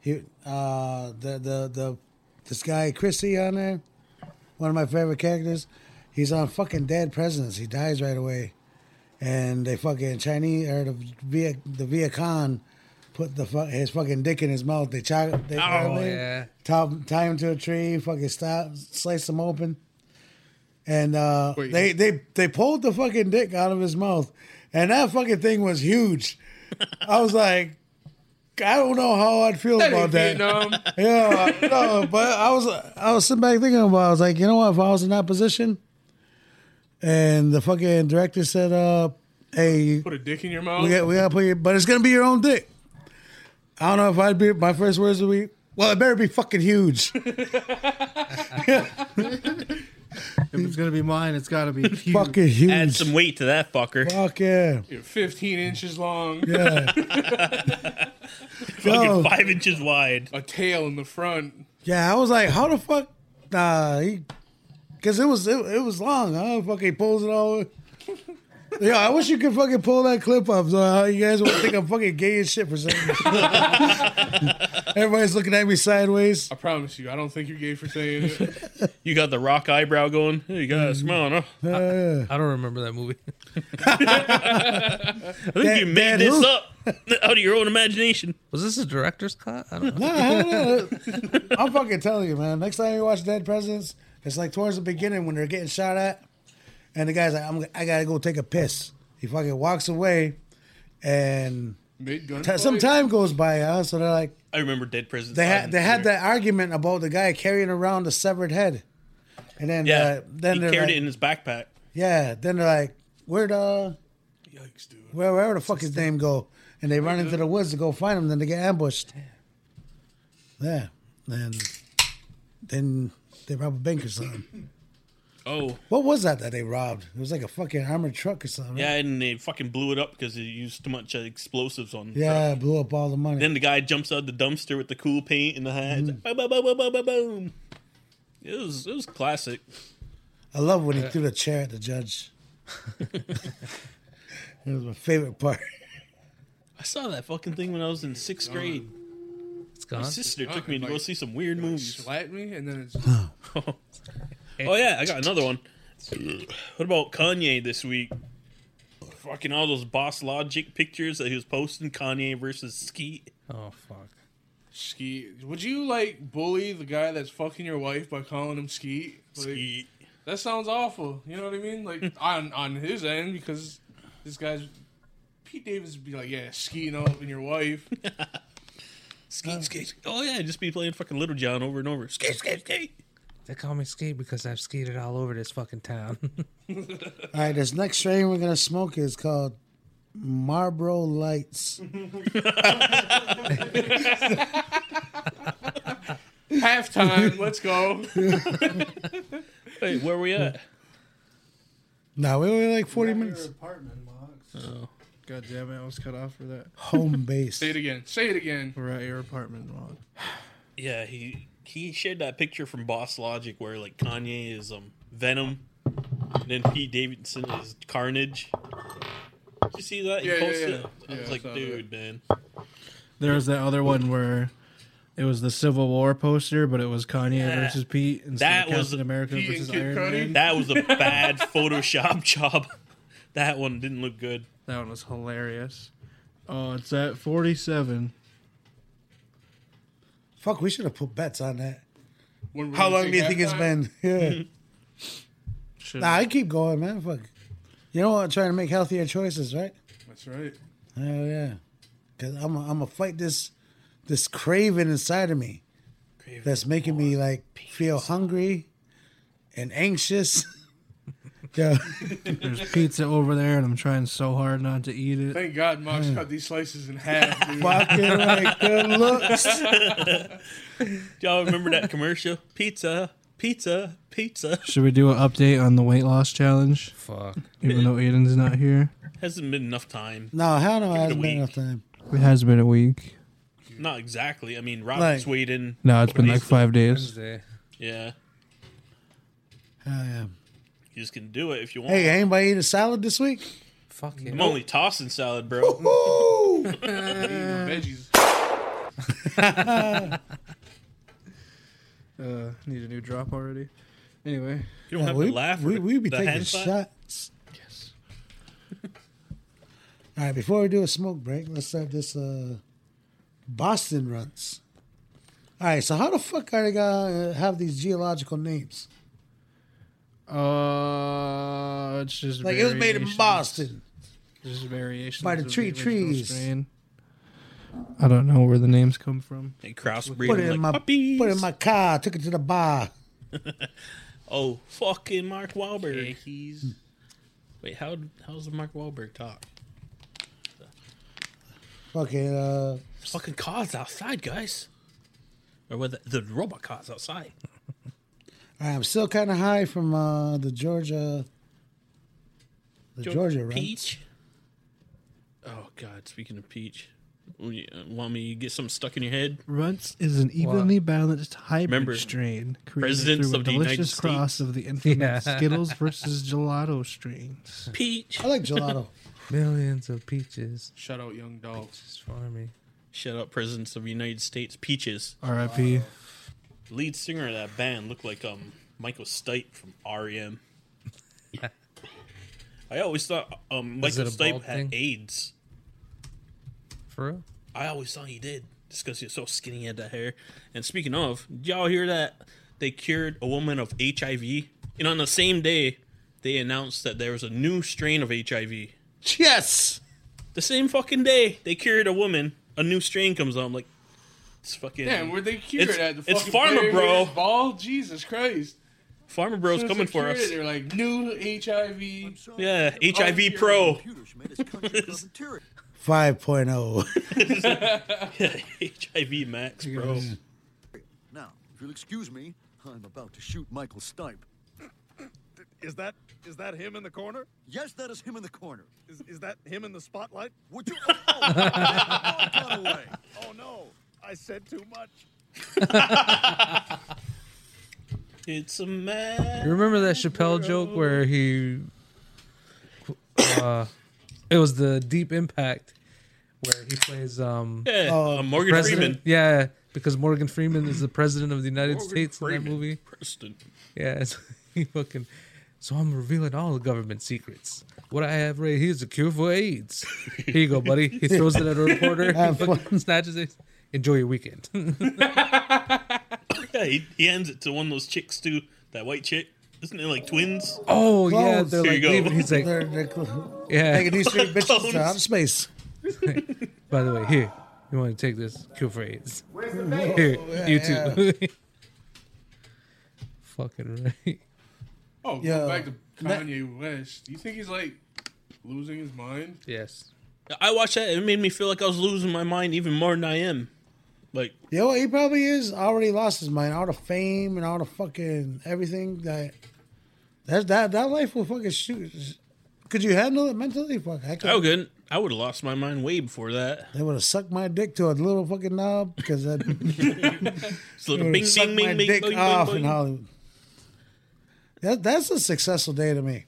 he, uh, the the the this guy Chrissy on there, one of my favorite characters. He's on fucking Dead Presidents. He dies right away, and they fucking Chinese or the Viet the Viet Cong put the fu- his fucking dick in his mouth. They chop, they Oh, yeah. tie, tie him to a tree, fucking stop, slice him open. And uh, Wait. they, they they pulled the fucking dick out of his mouth. And that fucking thing was huge. I was like, I don't know how I'd feel That about ain't that. Vietnam. Yeah, no, but I was I was sitting back thinking about. it. I was like, you know what? If I was in that position, and the fucking director said, "Uh, hey, Put a dick in your mouth. we got we gotta put your, but it's gonna be your own dick." I don't know if I'd be. My first words would be, "Well, it better be fucking huge." If it's gonna be mine, it's gotta be huge. fucking Add huge. some weight to that fucker. Fuck yeah. You're 15 inches long. Yeah. Fucking Yo. five inches wide. A tail in the front. yeah, I was like, how the fuck? Nah, he, cause it was it, it was long. Huh? Fuck, he pulls it all. Yo, I wish you could fucking pull that clip up. So uh, you guys would think I'm fucking gay as shit for saying this. Everybody's looking at me sideways. I promise you, I don't think you're gay for saying it. You got the rock eyebrow going. Hey guys, come on. huh? Uh, I don't remember that movie. I think Dad- you made Dad this who? up out of your own imagination. Was this a director's cut? I don't know. no, hell no. I'm fucking telling you, man. Next time you watch Dead Presidents, it's like towards the beginning when they're getting shot at, and the guy's like, I'm, I gotta go take a piss. He fucking walks away, and Mid gun. t- some time goes by, huh? So they're like, I remember Dead Presidents. They Island had they had there. that argument about the guy carrying around a severed head, and then uh, Yeah, then he they're carried like, it in his backpack. yeah, then they're like, where the Yikes, dude. where wherever the fuck his name go, and they run into the woods to go find him, then they get ambushed. Yeah, and then they rob a bank or something. Oh, What was that that they robbed? It was like a fucking armored truck or something. right? yeah, and they fucking blew it up because they used too much uh, explosives on. yeah, it blew up all the money. Then the guy jumps out the dumpster with the cool paint and the hat. It's like, boom, boom, boom, boom, boom, boom. It was it was classic. I love when he threw the chair at the judge. it was my favorite part. I saw that fucking thing when I was in sixth grade. It's gone. My sister took me to go see some weird movies. Slap me, and then it's Oh yeah, I got another one. What about Kanye this week? Fucking all those Boss Logic pictures that he was posting. Kanye versus Skeet. Oh fuck. skeet. Would you like bully the guy that's fucking your wife by calling him skeet? Like, Skeet. That sounds awful. You know what I mean? Like on on his end because this guy's Pete Davis would be like, yeah, skeeting all up in your wife. uh, Skate, skate, skate. Oh yeah, just be playing fucking Little John over and over. Skate, skate, skate. They call me Skate because I've skated all over this fucking town. All right, this next strain we're gonna smoke is called Marlboro Lights. Halftime, let's go. Hey, where we at? No, we only like forty minutes. apartment box. Oh. God damn it, I was cut off for that. Home base. Say it again. Say it again. We're at your apartment box. Yeah, he he shared that picture from Boss Logic where like Kanye is um Venom, and then Pete Davidson is Carnage. Did you see that? He Yeah, yeah, posted yeah. it. I Yeah, was I like, saw dude, man. There was that other one where it was the Civil War poster, but it was Kanye versus Pete instead That of was- Captain America Pete and versus Kid Iron Cudi? Man. That was a bad Photoshop job. That one didn't look good. That one was hilarious. Oh, it's at 47. Fuck, we should have put bets on that. When we're How gonna long take do you think it's halftime? been? Yeah. Should nah, I keep going, man. Fuck. You know what? I'm trying to make healthier choices, right? That's right. Hell yeah. Cause I'm a, I'm gonna fight this this craving inside of me that's making me like feel hungry and anxious. yeah. There's pizza over there, and I'm trying so hard not to eat it. Thank God Mox cut these slices in half, dude. Fucking like good looks. Do y'all remember that commercial? Pizza, pizza, pizza. Should we do an update on the weight loss challenge? fuck. Even though Aiden's not here, Hasn't been enough time. No, hell no, it hasn't week. been enough time. it has been a week. Not exactly. I mean, Rob Like- weighed in. No, it's been like Released five days. Wednesday. Yeah, Hell yeah. you just can do it if you want. Hey, anybody eat a salad this week? Fuck I'm yeah. only tossing salad, bro. Woo! Veggies. Uh, need a new drop already. Anyway, You don't have we, to laugh. We, or we be the taking hand clap. shots. Yes. All right, before we do a smoke break, let's start this uh, Boston runs. All right, so how the fuck are they gonna have these geological names? uh, it's just Like it was made in variations. Boston. There's variations By the of tree original trees. strain. I don't know where the names come from. They crossbreed Put it them in like my puppies. put it in my car. Took it to the bar. Oh, fucking Mark Wahlberg. he's. Wait, how how's Mark Wahlberg talk? Fucking uh, Fucking cars outside, guys. Or whether the robot cars outside. All right, I'm still kind of high from uh, the Georgia, the Georgia run. peach. Oh God! Speaking of peach, You Want me to get something stuck in your head? Runts is an evenly balanced hybrid Remember, strain created presidents through a of the United delicious States. cross of the infamous Yeah. Skittles versus gelato strains. Peach. I like gelato. Millions of peaches Shout out Young Dogs. just farming. Shout out presidents of the United States. Peaches. R.I.P. Lead singer of that band looked like um Michael Stipe from REM. I always thought um, Is Michael it a bald Stipe had thing? AIDS. For real? I always thought he did, just because he was so skinny, he had that hair. And speaking of, did y'all hear that they cured a woman of HIV? And on the same day, they announced that there was a new strain of HIV. yes. The same fucking day they cured a woman, a new strain comes out. I'm like, it's fucking. Damn, where they cured It's- at the it's fucking Pharma Barry Bro. Harris Ball, Jesus Christ! Farmer Bro's As soon as coming they for cured it, us. They're like new HIV. Yeah, HIV Pro. 5.0. HIV Max Pro. Now, if you'll excuse me, I'm about to shoot Michael Stipe. Is that is that him in the corner? Yes, that is him in the corner. Is is that him in the spotlight? Would you? Oh, oh, oh, got away. Oh no, I said too much. It's a man. You remember that Chappelle joke where he, uh, it was the Deep Impact, where he plays um Yeah, uh, Morgan president. Freeman. Yeah, because Morgan Freeman is the president of the United Morgan States in that Freeman. movie. President. Yeah, it's, he fucking. So I'm revealing all the government secrets. What I have right here is a cure for AIDS. Here you go, buddy. He throws it at a reporter. He Have fucking snatches it. Enjoy your weekend. Yeah, he, he hands it to one of those chicks too. That white chick, isn't it like twins? oh yeah, Close. they're Here you like go. leaving. He's like, They're, they're cl- yeah. taking these three bitches to outer space. By the way, here you want to take this cure for AIDS. Here, you Oh, too. Fucking right. Oh, Yeah. go back to Kanye West. You think he's like losing his mind? Yes. I watched that. It made me feel like I was losing my mind even more than I am. Like, You know what? He probably is already lost his mind. All the fame and all the fucking everything that that that, that life will fucking shoot. Could you handle it mentally? Fuck, I could. I would I would have lost my mind way before that. They would have sucked my dick to a little fucking knob because that It's like a would bing, have sucked bing, my bing, bing, dick bing, off bing, in bing. Hollywood. That that's a successful day to me.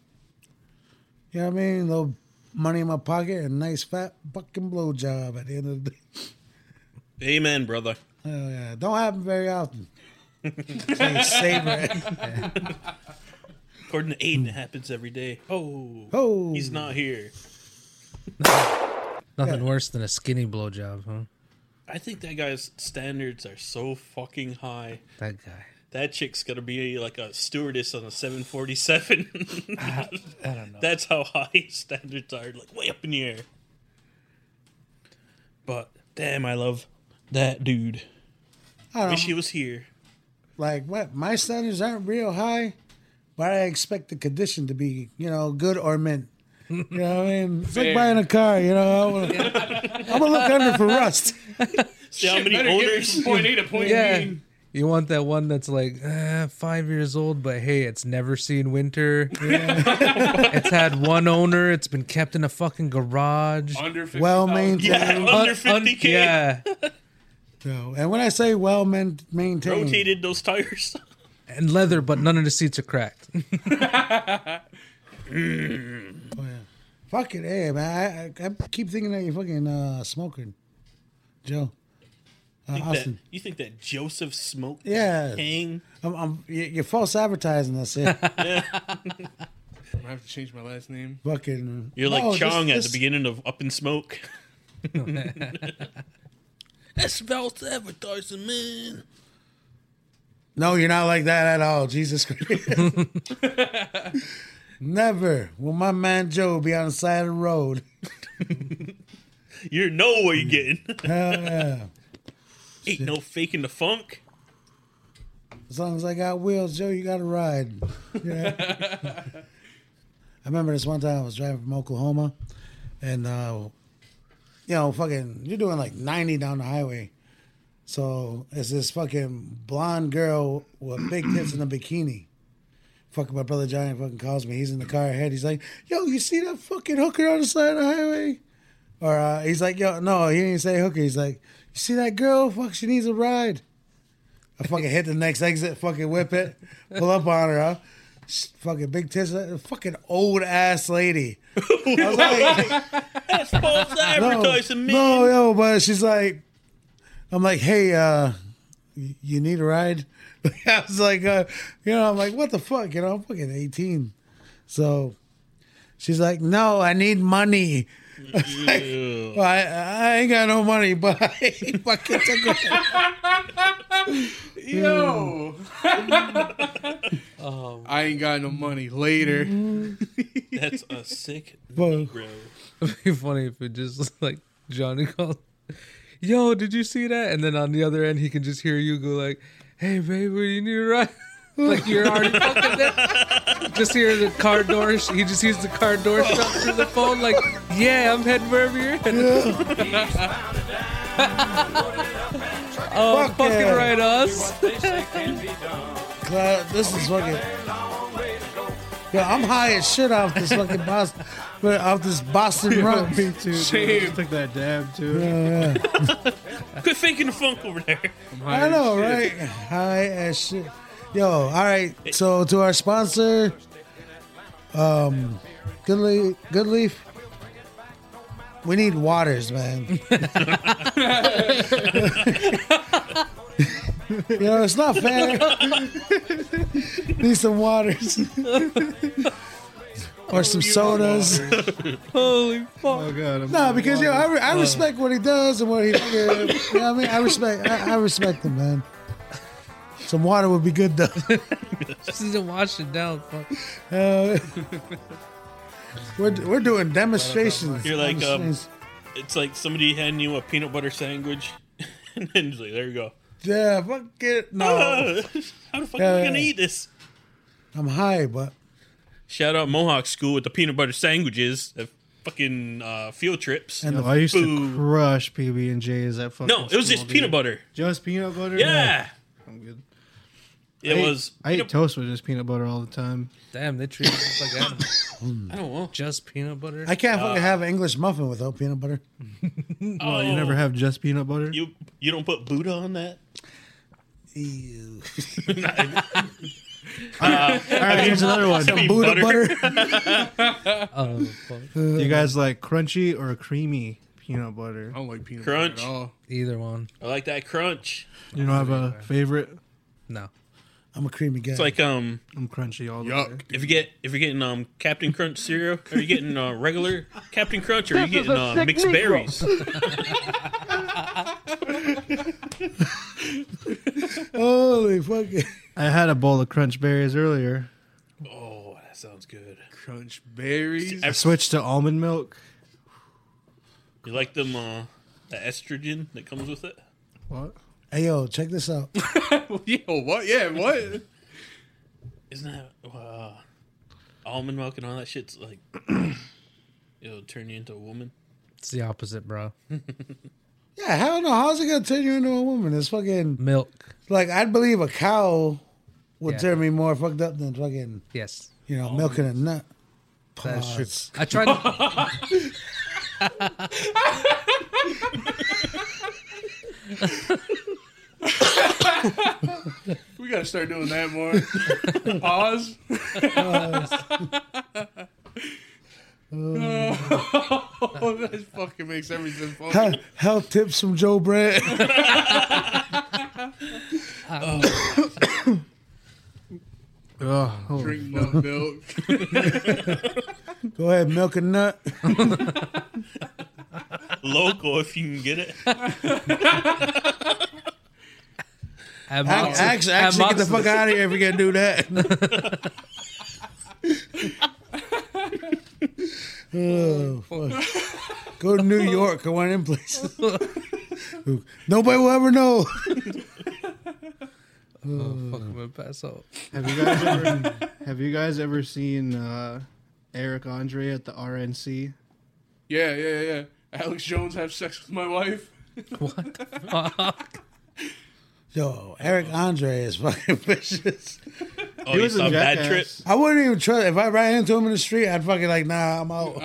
You know what I mean? little money in my pocket and nice fat fucking blowjob at the end of the day. Amen, brother. Hell yeah. Don't happen very often. Say savor it. According to Aiden, it happens every day. Oh, Oh, he's not here. Nothing worse than a skinny blowjob, huh? I think that guy's standards are so fucking high. That guy. That chick's gonna be like a stewardess on a 747. I don't know. That's how high his standards are, like way up in the air. But damn, I love that dude. I Wish don't, he was here. like what? My standards aren't real high, but I expect the condition to be, you know, good or mint. You know what I mean? It's like Fair. buying a car. You know, I wanna, I'm gonna look under for rust. See how Shit, many better get owners? from Point A to point Yeah. B. You want that one that's like eh, five years old, but hey, it's never seen winter. it's had one owner. It's been kept in a fucking garage. Under 50, Well Yeah, maintained. under Un- un- 50k. yeah, No, And when I say well man- maintained, Rotated those tires. and leather, but none of the seats are cracked. fucking hey man, I, I, I keep thinking that you're fucking uh, smoking, Joe. Uh, Think that- Austin. you think that Joseph smoked? Yeah. Hang. I'm, I'm, you- you're false advertising us here. I'm gonna have to change my last name. fucking. uh, You're like No, this- Chong at this- the beginning of Up in Smoke. That's false advertising, man. No, you're not like that at all. Jesus Christ. Never will my man Joe be on the side of the road. You know what you're getting. Hell yeah. Ain't no faking the funk. As long as I got wheels, Joe, you got to ride. Yeah. I remember this one time I was driving from Oklahoma, and uh, you know, fucking, you're doing like 90 down the highway. So it's this fucking blonde girl with big tits and a bikini. Fucking my brother Johnny fucking calls me. He's in the car ahead. He's like, "Yo, you see that fucking hooker on the side of the highway?" Or uh, he's like, yo, no, he didn't say hooker. He's like, you see that girl? Fuck, she needs a ride. I fucking hit the next exit, fucking whip it, pull up on her, huh? Sh- Fucking big tits, uh, fucking old ass lady. I was like, That's false advertising, man. no, yo, but she's like, I'm like, hey, uh, y- you need a ride? I was like, uh, you know, I'm like, what the fuck? You know, I'm fucking 18. So she's like, no, I need money. I was like, well, I, I ain't got no money, but I fucking took her. Yo. Um, I ain't got no money later. That's a sick Well, bro. It'd be funny if it just like Johnny called, "Yo, did you see that?" And then on the other end, he can just hear you go like, "Hey, baby, you need a ride." like you're already fucking there. Just hear the car door. sh- He just hears the car door shut through the phone. Like, yeah, I'm heading wherever you're headed. oh, Fuck fucking yeah. right, us. Cla- this is fucking. Yo, I'm high as shit off this fucking Boston, off this Boston rum. Oh, Me too. dude. I just took that dab too. Quit faking the funk over there. I know, right? High as shit. Yo, all right. So to our sponsor, um, Goodleaf, Goodleaf. We need waters, man. you know, it's not fair. need some waters. or some sodas. Holy fuck! Oh god. I'm No, because yo, I, re- I respect what he does and what he. You know what I mean, I respect. I, I respect him, man. Some water would be good though. Just need to wash it down. Fuck. Uh, we're we're doing demonstrations. You're like, um, Demonstrations. It's like somebody handing you a peanut butter sandwich, and then he's like, "There you go." yeah, fuck it. No, Uh, how the fuck Yeah, yeah. are we gonna eat this? I'm high, but Shout out Mohawk School with the peanut butter sandwiches. The fucking uh, field trips. And- Yo, I used Boo. to crush PB and J's at fucking. no, it was just school, peanut dude. butter. Just peanut butter. Yeah, I'm good. it I ate- was. I ate peanut- toast with just peanut butter all the time. Damn, they treat us like animals. I don't know. Just peanut butter. I Uh. can't fucking have an English muffin without peanut butter. Oh, You never have just peanut butter. You you don't put Buddha on that. Ew. all right, here's another one. Be Buddha butter. Oh, fuck. Do you guys like crunchy or creamy peanut butter? I don't like peanut Crunch. butter at all. Either one. I like that crunch. You don't have a favorite? No. I'm a creamy guy. It's like um, I'm crunchy all the way. Yuck. if you get if you're getting um Captain Crunch cereal, are you getting uh, regular Captain Crunch, or are you getting uh, mixed berries? holy fucking. I had a bowl of crunch berries earlier. Oh, that sounds good. Crunch berries. I switched to almond milk. You like them uh, the estrogen that comes with it? What? Hey yo, check this out. Yo, Oh, what? Yeah, what? Isn't that uh, almond milk and all that shit's like it'll turn you into a woman? It's the opposite, bro. Yeah, hell no. How's it gonna turn you into a woman? It's fucking Milk. like I'd believe a cow would Yeah. turn me more fucked up than fucking Yes. you know milking a nut. That's true. Pause. I tried. We gotta start doing that more. Pause. oh, that fucking makes everything funny. Hell- Health tips from Joe Brett. Um, Oh, Drink no milk. Go ahead, milk a nut. Local, if you can get it. Amoxi- Ac- Actually, actually get the amoxi- fuck out of here if you're gonna do that. oh, fuck. Go to New York or one of them places. Nobody will ever know. Oh, fuck, I'm gonna pass out. Have you guys ever have you guys ever seen uh, Eric Andre at the RNC? Yeah, yeah, yeah. Alex Jones have sex with my wife. Yo, Eric Andre is fucking vicious. Oh, you saw Bad Trip? I wouldn't even trust if I ran into him in the street. I'd fucking like, nah, I'm out.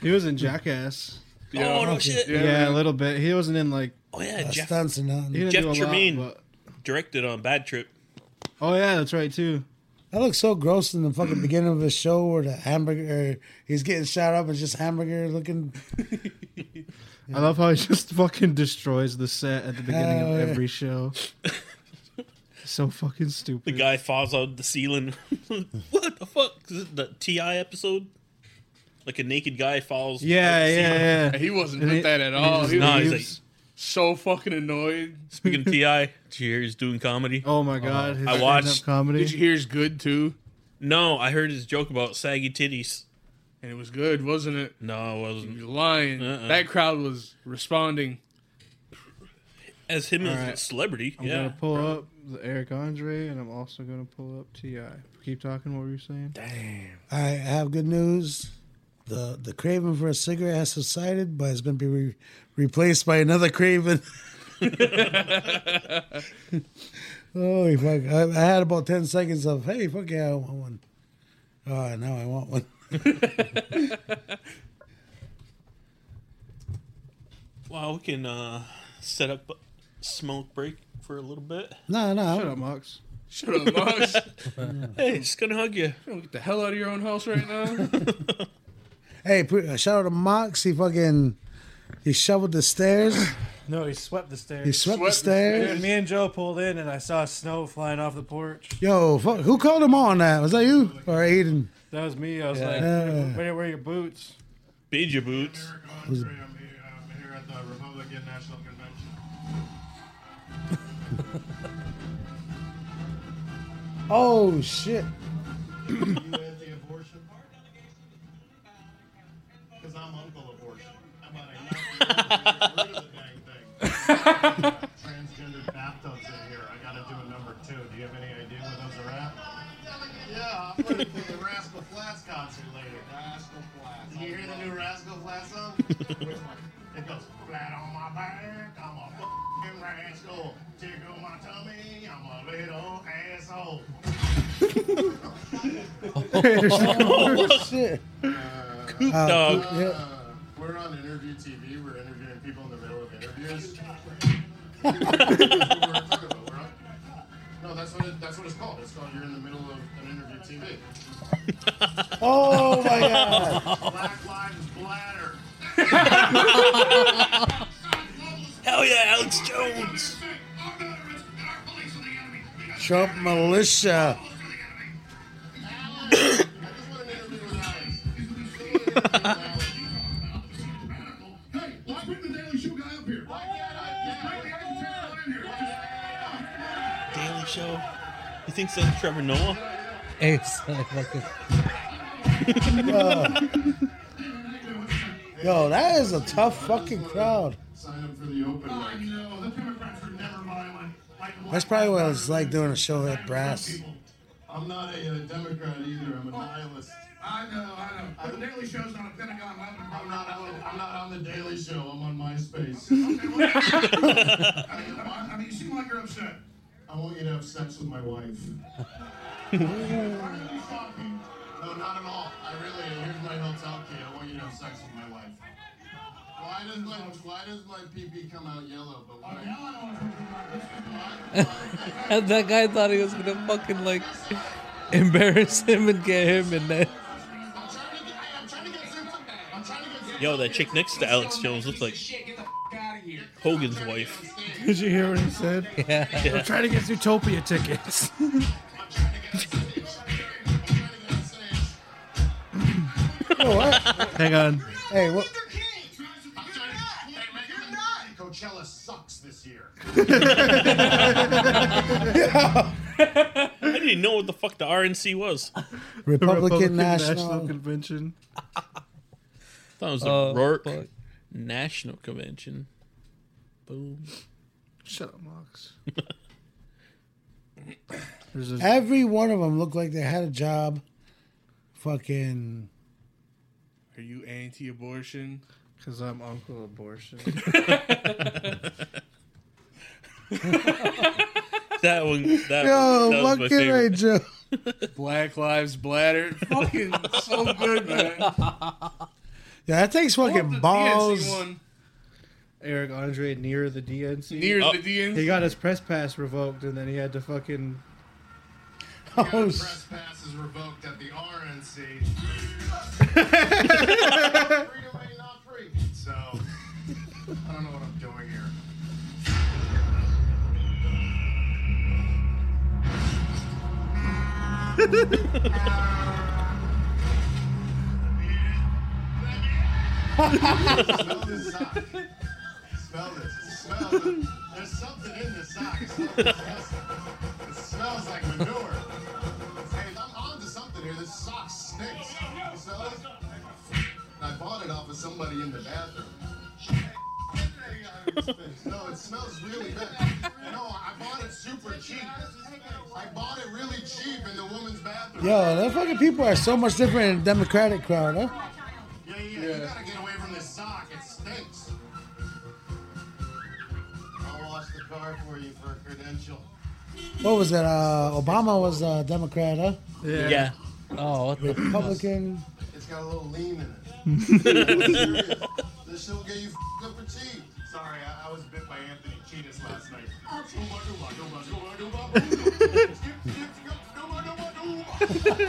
He was in Jackass. Oh, no shit. Yeah, a little bit. He wasn't in like. Oh yeah, Uh, Jeff stunts and nothing. He didn't Jeff do a lot, Tremaine. but- directed on Bad Trip. oh yeah, that's right too. That looks so gross in the fucking beginning of his show where the hamburger, or he's getting shot up and just hamburger looking. I love how he just fucking destroys the set at the beginning Oh, yeah. of every show. so fucking The stupid. guy falls out the ceiling. what the fuck? Is it the Ti episode? Like a naked guy falls. out yeah, the ceiling. yeah, yeah. And he wasn't And with he- that at and he all. just He was No, he's leaves. so fucking annoyed. Speaking of Ti, did you hear he's doing comedy? Oh my god! his I stand-up watched- comedy. Did you hear his good too? No, I heard his joke about saggy titties. And it was good, wasn't it? No, it wasn't. You're lying. Uh-uh. That crowd was responding. As him as a Alright. celebrity, I'm yeah. gonna pull up the Eric Andre, and I'm also gonna pull up Ti. Keep talking. What were you saying? I have good news. The the craving for a cigarette has subsided, but it's going to be re- replaced by another craving. Holy fuck. I, I had about 10 seconds of, hey, fuck yeah, I want one. Oh, now I want one. Well, we can uh, set up a smoke break for a little bit. No, no. Shut up, Mox. Shut up, Mox. you Hey, just gonna hug you. don't get the hell out of your own house right now. Hey, pr- shout out to Mox. He fucking, he shoveled the stairs. No, he swept the He stairs. swept, Swept the the stairs. Dude, me and Joe pulled in, and I saw snow flying off the porch. Yo, fuck, who called him on that? Was that you or Aiden? Uh, That was me. I was like, Yeah. "Where where are your boots?" Beat your boots. Was- here at the Republican National Convention. Oh shit! You had the abortion? Because I'm uncle abortion. I'm on a get rid of the dang thing. Transgendered bathtubs in here. I gotta do a number two. Do you have any idea where those are at? Yeah, I'm ready for the Rascal Flats concert later. Rascal Flats. Did you hear the new Rascal Flats song? It goes flat on my back, I'm a fucking rascal. Tickle my tummy, I'm a little asshole. Shit! Uh, Dog. Yeah. We're on interview TV. We're interviewing people in the middle of interviews. no, that's what it, that's what it's called. It's called you're in the middle of an interview TV. Oh my god! Black lives bladder. Hell yeah, Alex Jones. Trump militia. Hey, why bring the Daily Show guy up here? Why can't I? Daily Show. You think so, Trevor Noah? Yo, that is a tough fucking crowd. Sign up for the open mic. no, Oh, the Democrats are never violent. That's probably what it's like doing a show at Brass. I'm not a uh, Democrat either. I'm a nihilist. I know, I know. the Daily Show's not a Pentagon weapon. I'm not on. I'm not on the Daily Show. I'm on MySpace. Okay, well, I, mean, I mean, you seem like you're upset. I want you to have sex with my wife. Why are you shocking? No, not at all. I really. Here's my hotel key. I want you to have sex with my wife. Why does my Why does my PP come out yellow? But when I, And that guy thought he was gonna fucking like embarrass him and get him, and then I'm trying to get. I'm trying to get. I'm trying to get. Yo, that chick next to Alex Jones looks like Hogan's wife. Did you hear what he said? Yeah. We're trying to get Zootopia tickets. Yo, what? Hang on. Hey, what? Coachella sucks this year. I didn't know what the fuck the RNC was. I Republican, National. Convention. thought it was the Oh, Rourke fuck. National Convention. Boom. Shut up, Mox. There's a Every one of them looked like they had a job. Fucking. Are you anti-abortion? because I'm Uncle Abortion. That one. That, Yo, that was my fucking right, Joe. favorite. Black lives bladder. Fucking so good, man. that takes Or fucking the balls. DNC one. Eric Andre near the DNC. Near Oh. the DNC. He got his press pass revoked, and then he had to fucking. Oh, The s- press pass is revoked at the RNC. Freedom ain't not free. So, I don't know what I'm doing here. Smell this sock. Smell this. Smell it. There's something in this sock. It's not disgusting. It smells like manure. Hey, I'm on to something here. This sock stinks. You smell it? I bought it off of somebody in the bathroom. No, it smells really bad. No, I bought it super cheap. I bought it really cheap in the woman's bathroom. Yo, the fucking people are so much different in the Democratic crowd, huh? Yeah, yeah, you gotta get away from this sock. It stinks. I'll wash the car for you for a credential. What was it? Uh, Obama was a Democrat, huh? Yeah. Oh, what the Republican. It's got a little lean in it. this shit will get you f***ed up for cheap. Sorry, I, I was bit by Anthony Cheetahs last night. Look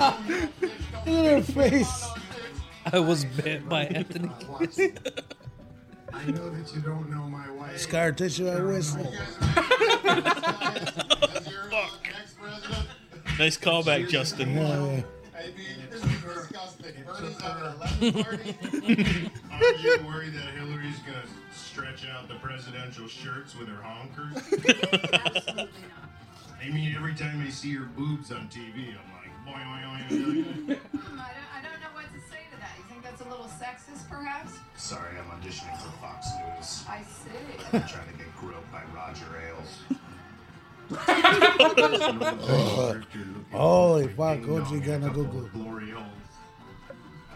at her face. I was bit by Anthony. I know that you don't know my wife. Scar tissue at Whistler. Fuck. Next president. Nice callback, Justin. Yeah, I mean, this is disgusting. Bernie's having a 11 party. Are you worried that Hillary's gonna stretch out the presidential shirts with her honkers? I mean, every time I see her boobs on TV, I'm like, boy, boy, boy. I don't, I don't know what to say to that. You think that's a little sexist, perhaps? Sorry, I'm auditioning for Fox News. I see. I'm trying to get grilled by Roger Ailes. Holy fuck, what you gonna Google? Glory hole.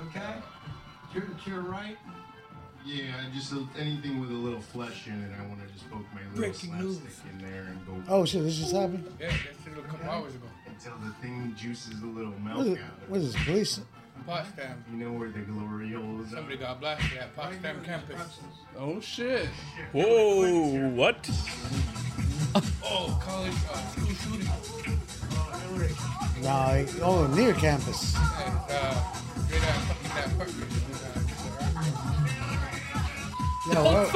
Okay. You're, you're right. Yeah, I just anything with a little flesh in it. I want to just poke my little Breaking slapstick news. in there and go Oh shit, this just happened. Yeah, that shit a couple hours ago. until the thing juices a little What milk is, out. what of it. is this police? Potsdam. You know where the glory hole is. Somebody got blasted at Potsdam campus. Oh shit. Whoa, what? Oh, college uh, school shooting. Nah, like, oh near campus. And, uh, you're that fucking that uh, fucker. Yeah, where,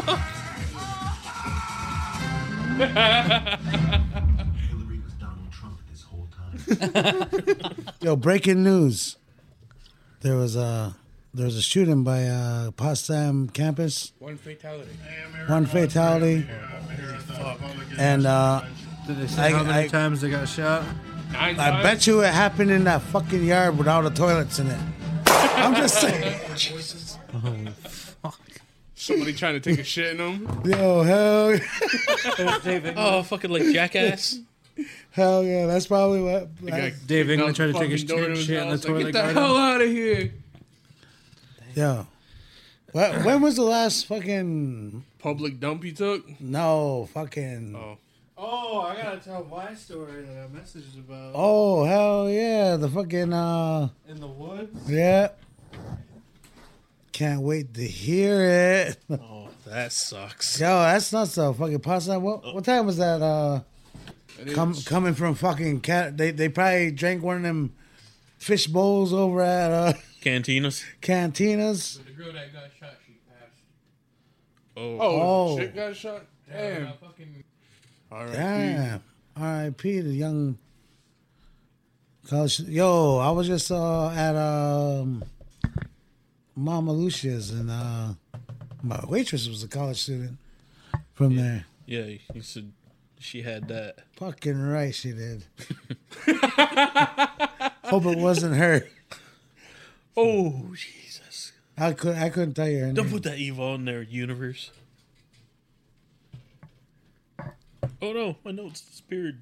Hillary was Donald Trump this whole time. yo, breaking news. There was a there was a shooting by uh, Potsdam campus. One fatality. One fatality, and uh, Did they say I- how many I- times they got shot? Nine I bet you it happened in that fucking yard with all the toilets in it. I'm just saying. Somebody trying to take a shit in them. Yo, hell, David. Oh, fucking like jackass. hell yeah, that's probably what. Guy that's- Dave kicked out England tried to the take his fucking door to his shit in the house, like, toilet Get the garden. hell out of here. Yo, Wh- when was the last fucking Public dump you took? no fucking? Oh. Oh, I gotta tell my story that I messaged about Oh hell yeah, the fucking uh in the woods. yeah. Can't wait to hear it. Yo, Oh, that sucks. that's not so fucking possible. What, what time was that? Uh, It com- is- coming from fucking cat. They they probably drank one of them fish bowls over at uh, Cantinas. cantinas. The girl that got shot, she passed. Oh. Oh, Oh. shit got shot. Damn. Damn. R.I.P. The young. Cause yo, I was just uh, at um, Mama Lucia's and uh, my waitress was a college student from there. Yeah, you said she had that. Fucking right, she did. Hope it wasn't her. Oh, Jesus. I could I couldn't tell you her Don't name. put that evil in their universe. Oh no, my notes disappeared.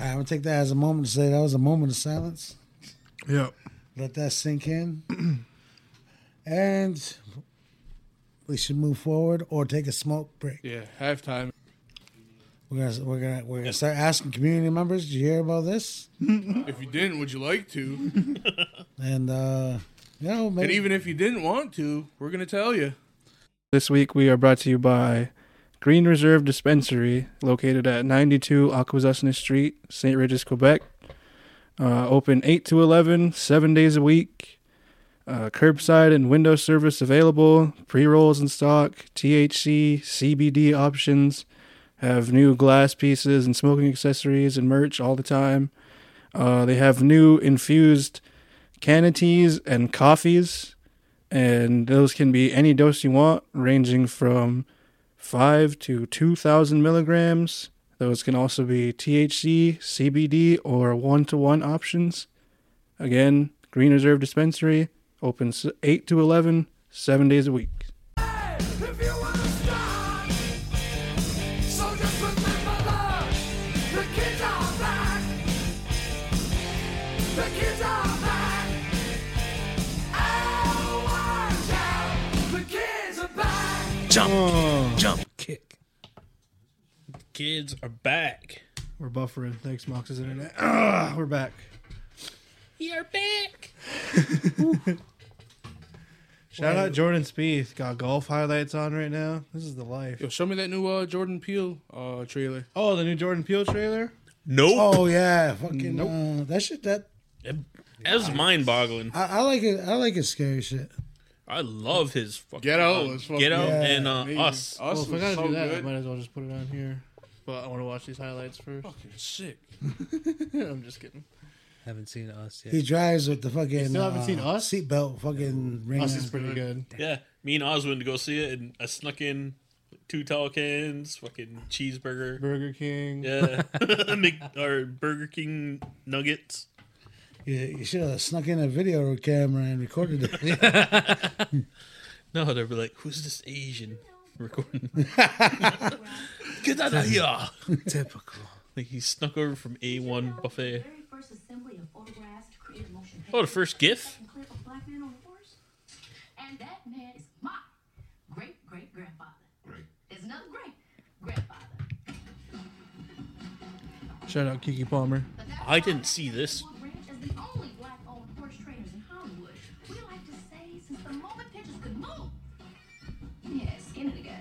I'm gonna take that as a moment to say that was a moment of silence. Yep. Let that sink in. and we should move forward or take a smoke break. Yeah, halftime. We're gonna we're gonna we're gonna start asking community members. Did you hear about this? if you didn't, would you like to? And uh, you know, and maybe even if you didn't want to, we're gonna tell you. This week we are brought to you by Green Reserve Dispensary, located at 92 Akwesasne Street, St. Regis, Quebec. Uh, open 8 to 11, seven days a week. Uh, curbside and window service available. Pre rolls in stock. THC, CBD options. Have new glass pieces and smoking accessories and merch all the time. Uh, they have new infused canna teas and coffees and those can be any dose you want, ranging from five to two thousand milligrams. Those can also be THC, CBD, or one-to-one options. Again, Green Reserve Dispensary opens eight to 11, seven days a week. So just remember, love, the kids are back. The kids are back. Oh, watch out, the kids are back. Jump, jump, kick. Kids are back. We're buffering. Thanks, Mox's internet. Ah, we're back. You're back. Shout out Jordan Spieth. Got golf highlights on right now. This is the life. Yo, show me that new uh, Jordan Peele uh, trailer. Oh, the new Jordan Peele trailer. Nope. oh yeah, fucking uh, that shit. That That was mind boggling. I, I like it. I like it. Scary shit. I love his fucking. Get Out was fucking Get out Yeah. and uh, amazing. us. Us Well, if I was gotta so do that, I good. might as well just put it on here. But I want to watch these highlights first. Fucking sick. I'm just kidding. Haven't seen us yet. He drives with the fucking. uh, still haven't seen Us? Seatbelt fucking ring. Us is pretty good. Yeah, me and Oz went to go see it, and I snuck in two tall cans, fucking cheeseburger, Burger King. yeah, Mc- or Burger King nuggets. You, you should have snuck in a video camera and recorded it. No, they'd be like, "Who's this Asian recording?" Get out of here! Typical. Like he snuck over from A1 Very buffet. first assembly of photographs to create a motion Oh, the first GIF. and clip of black man on a horse. And that man is my great great grandfather. Great. There's another great grandfather. Shout out Kiki Palmer. But that's I didn't see this. Wood Ranch is the only black-owned horse trainers in Hollywood. We like to say since the moment pictures could move. Yeah, skin of the game.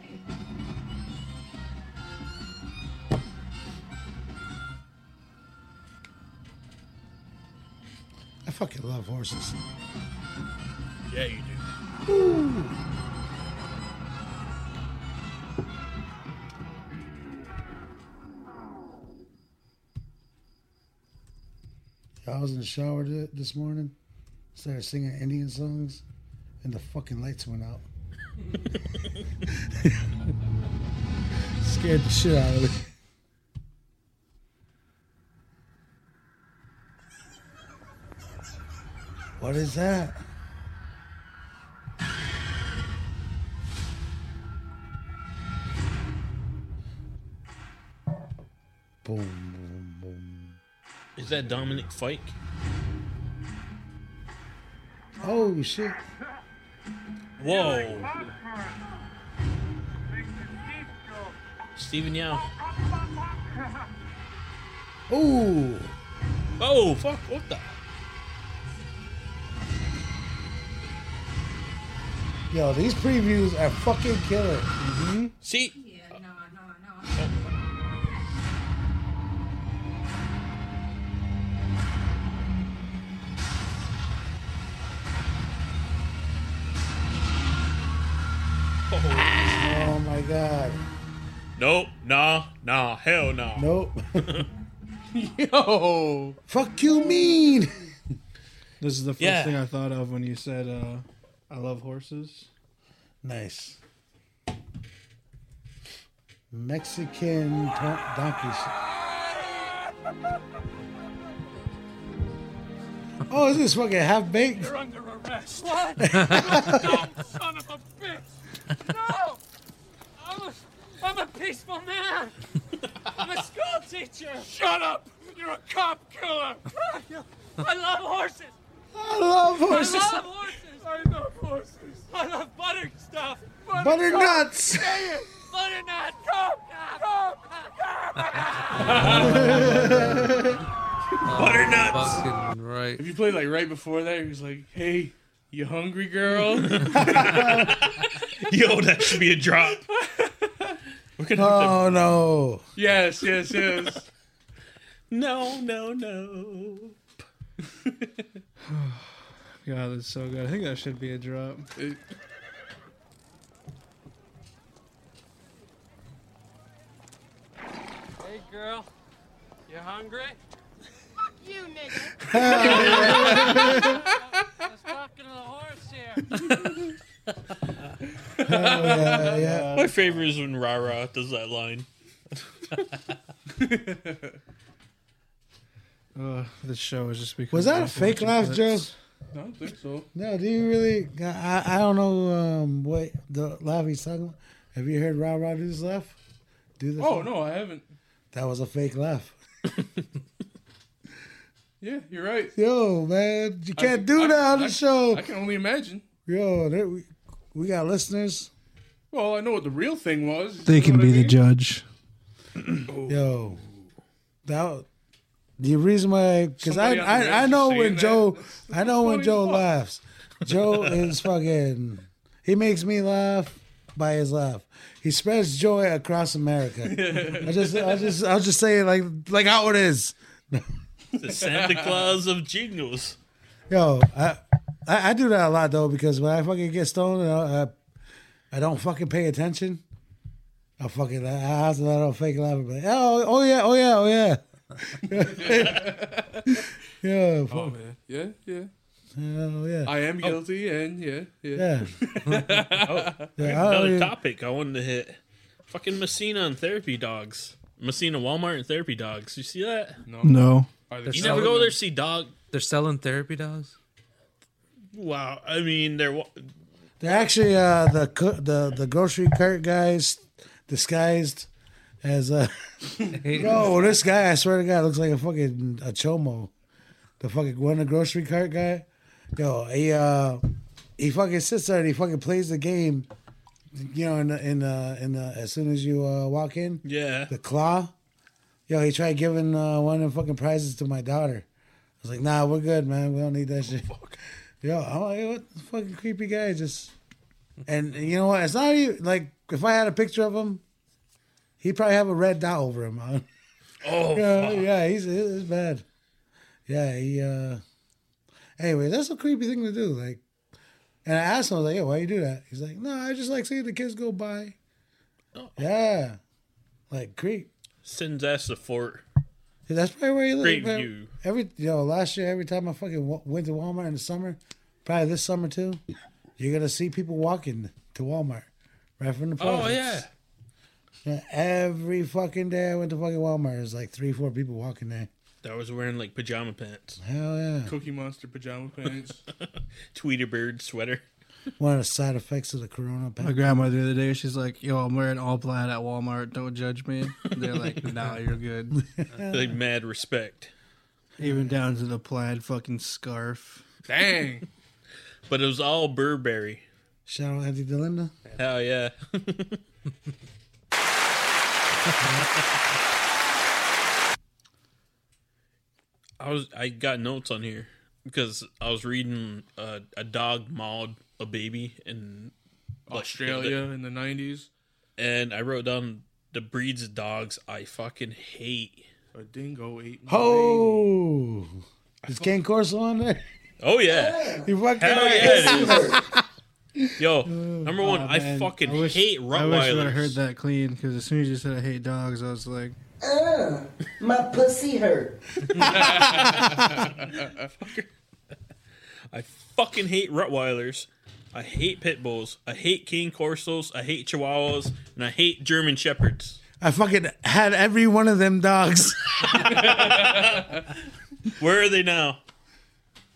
I fucking love horses. Yeah, you do. I was in the shower th- this morning, started singing Indian songs, and the fucking lights went out. Scared the shit out of me. What is that? Boom, boom, boom. Is that Dominic Fike? Oh shit. Whoa, Steven Yao. Ooh. Oh fuck! What the? Yo, these previews are fucking killer. See, Yeah, no, no, no. Oh my god. Nope, nah, nah, hell nah. Nope. Yo, Fuck you mean. This is the first Yeah. thing I thought of when you said, uh, I love horses. Nice. Mexican don- donkey shit. Oh, is this fucking half baked? Son of a bitch! No! I'm a, I'm a peaceful man! I'm a school teacher! Shut up! You're a cop killer! I love horses! I love horses. I love horses! I love horses! I love butterstuff! Butternuts. Butternut! Butternut! Coconut! Coconut! Butternuts. Fucking right. If you played like right before that, he was like, "Hey, you hungry, girl?" Yo, that should be a drop. Uh, Oh no! Yes, yes, yes. No, no, no. God, that's so good. I think that should be a drop. It- Hey, girl, you hungry? Fuck you, yeah. nigga. Just talking to the horse here. yeah, yeah. My favorite is when Rara does that line. Uh, this show is just becoming Was that a awful fake to laugh, clips. Joe? I don't think so. No, do you really? I, I don't know um, what the laugh he's talking about. Have you heard Ra Ra do this laugh? Do this? Oh no, I haven't. That was a fake laugh. Yeah, you're right. Yo, man, you I can't can- do I- that on I- the show. I can only imagine. Yo, there, we, we got listeners. Well, I know what the real thing was. They can be the judge. Yo, that the reason why because I Somebody on the I, I bench know saying when that, Joe that's- I know when funny as Joe fuck. laughs. Joe is fucking. He makes me laugh by his laugh. He spreads joy across America. I just I just I'll just say it like like how it is. The Santa Claus of jingles. Yo, I, I I do that a lot though because when I fucking get stoned, I I, I don't fucking pay attention. I fucking I have to let out a fake laugh. and be Like, oh oh yeah oh yeah oh yeah. yeah. fuck. Oh man, yeah, yeah. Hell yeah. I am guilty, and yeah, yeah. Yeah. Yeah, I Another don't- topic I wanted to hit. Fucking Messina and therapy dogs. Messina Walmart and therapy dogs. You see that? No. No. Are You never go there to see dog. They're selling therapy dogs. Wow. I mean, they're. wa- They're actually uh, the co- the the grocery cart guys disguised as a. Yo, this guy, I swear to God, looks like a fucking a chomo. The fucking one the grocery cart guy. Yo, he uh, he fucking sits there and he fucking plays the game. You know, in the, in the, in the, as soon as you uh, walk in, Yeah. the claw. Yo, he tried giving uh, one of the fucking prizes to my daughter. I was like, nah, we're good, man. We don't need that shit. Yo, I'm like, what the fucking creepy guy just. And you know what? It's not even like if I had a picture of him, he'd probably have a red dot over him. Huh? Oh, yeah, yeah, he's it's bad. Yeah, he. uh Anyway, that's a creepy thing to do. Like, and I asked him, I was like, "Yo, why you do that?" He's like, "No, I just like seeing the kids go by." Yeah, like creep. Sends us the fort. Yeah, That's probably where he lives. Great man. view. Every yo, last year, every time I fucking wa- went to Walmart in the summer, probably this summer too, you're gonna see people walking to Walmart right from the. Oh, projects. yeah. Yeah, Every fucking day I went to fucking Walmart, there's like three, four people walking there. That was wearing like pajama pants. Hell yeah! Cookie Monster pajama pants. Tweeter bird sweater. One of the side effects of the corona My pandemic. grandma the other day, she's like, "Yo, I'm wearing all plaid at Walmart. Don't judge me." They're like, "Nah, you're good." Like mad respect. Even down to the plaid fucking scarf. Dang. But it was all Burberry. Shout out Auntie Delinda. Hell yeah. I was I got notes on here because I was reading uh, a dog mauled a baby in like, Australia in the nineties. and I wrote down the breeds of dogs I fucking hate. A dingo ate. my Oh, is Ken Corso on there? Oh yeah, You fucking Hell right. yeah, it is. Yo, number one, Aw, I oh, man. fucking wish- hate I wish I would have Rottweilers. heard that clean because as soon as you said I hate dogs, I was like, Uh, my pussy hurt. I fucking hate Rottweilers. I hate pit bulls. I hate King Corsos. I hate Chihuahuas, and I hate German Shepherds. I fucking had every one of them dogs. Where are they now?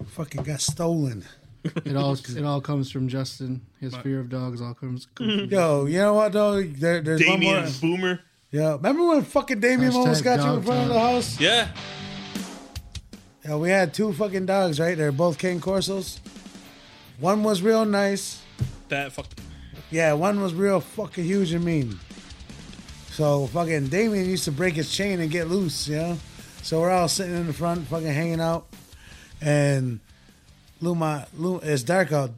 fucking got stolen. it all it all comes from Justin. His fear of dogs all comes. comes from Yo, you know what though? There, there's one Damien more. Boomer. Yeah, remember when fucking Damien Hashtag almost got you in dog front of the time. house? Yeah. Yeah, we had two fucking dogs right there, both King Corsos. One was real nice. That fuck. Yeah, one was real fucking huge and mean. So fucking Damien used to break his chain and get loose, you know? So we're all sitting in the front, fucking hanging out. And Luma, Luma it's dark out.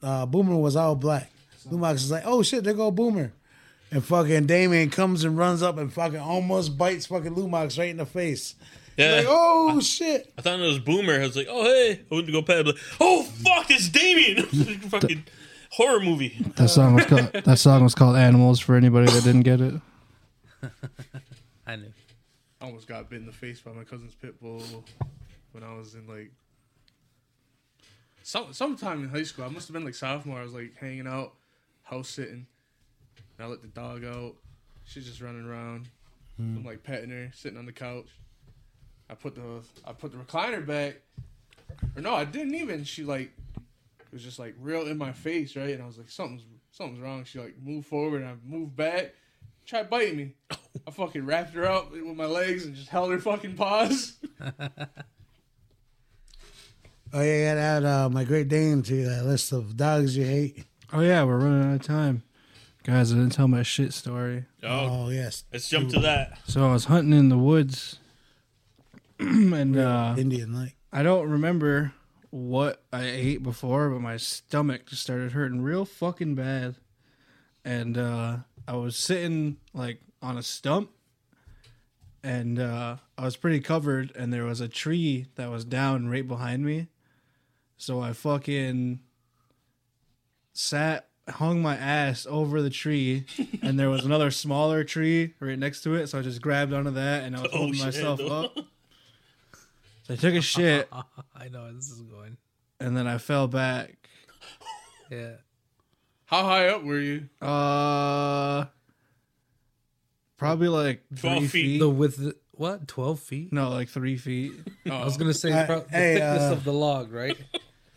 Uh, Boomer was all black. Lumax is like, oh shit, there go Boomer. And fucking Damien comes and runs up and fucking almost bites fucking Lumax right in the face. Yeah. Like, oh shit. I thought it was Boomer. I was like, oh hey, I went to go pet. him, Like, oh fuck, it's Damien. fucking horror movie. That song was called that song was called Animals for anybody that didn't get it. I knew. I almost got bit in the face by my cousin's pit bull when I was in like some sometime in high school. I must have been like sophomore. I was like hanging out, house sitting. And I let the dog out. She's just running around. Hmm. I'm like petting her, sitting on the couch. I put the I put the recliner back. Or no, I didn't even. She like it was just like real in my face, right? And I was like, something's something's wrong. She like moved forward and I moved back. Tried biting me. I fucking wrapped her up with my legs and just held her fucking paws. Oh yeah, yeah, that uh, my great Dane to that list of dogs you hate. Oh yeah, we're running out of time. Guys, I didn't tell my shit story. Oh, yes. Let's jump to that. So I was hunting in the woods, and uh, Indian like I don't remember what I ate before, but my stomach just started hurting real fucking bad, and uh, I was sitting like on a stump, and uh, I was pretty covered, and there was a tree that was down right behind me, so I fucking sat hung my ass over the tree and there was another smaller tree right next to it so i just grabbed onto that and i was Oh, holding shit. myself up so i took a shit I know where this is going. and then i fell back Yeah. How high up were you? uh probably like 12 three feet. feet The with the, what? Twelve feet? no like three feet I was gonna say Uh, pro- the hey, thickness uh, of the log, right?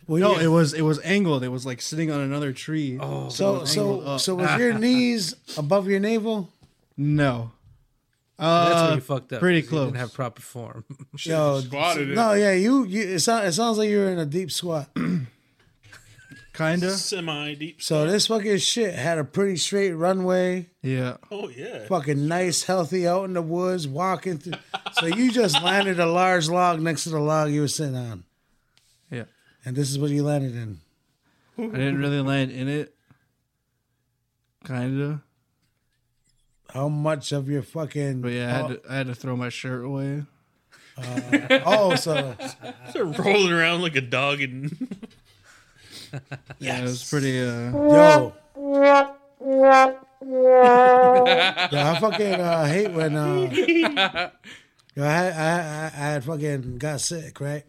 Well, no yeah. it was it was angled it was like sitting on another tree oh So so so was your knees above your navel? no That's Uh, where you fucked up. pretty 'cause you close didn't have proper form. Oh, Yo, no, yeah, you, you it, sound, it sounds like you're in a deep squat. kinda Semi deep. So this fucking shit had a pretty straight runway. yeah Oh yeah. Fucking nice, healthy out in the woods, walking through. so you just landed a large log next to the log you were sitting on. Yeah. And this is what you landed in. i didn't really land in it kinda How much of your fucking. but yeah i had to, I had to throw my shirt away oh, so. Start rolling around like a dog and yeah it was pretty uh Yo. Yeah, I fucking uh, hate when uh, yo, I, I I I had fucking got sick, right?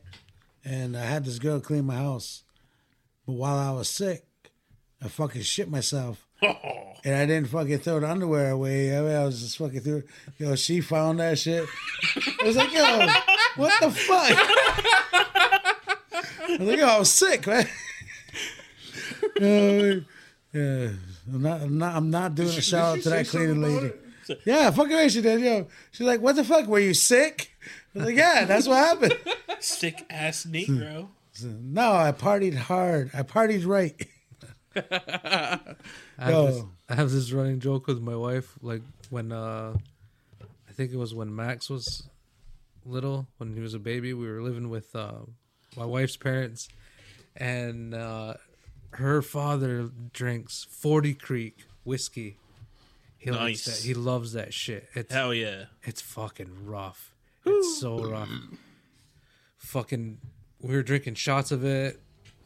And I had this girl clean my house, but while I was sick, I fucking shit myself, and I didn't fucking throw the underwear away. I, mean, I was just fucking through. Yo, she found that shit. I was like, yo, what the fuck? I was like, yo, I was sick, right? You know what I mean? yeah, I'm not, I'm not, I'm not doing a shout out to that cleaning lady. Yeah, fucking right, she did. Yo, she's like, "What the fuck? Were you sick?" I was like, "Yeah, that's what happened." sick ass Negro. no, I partied hard. I partied right. I have, this, Yo. I have this running joke with my wife, like when uh I think it was when Max was little, when he was a baby, we were living with uh, my wife's parents, and uh, her father drinks Forty Creek whiskey. He likes Nice. that. He loves that shit. It's Hell yeah. it's fucking rough. It's so rough. fucking, we were drinking shots of it.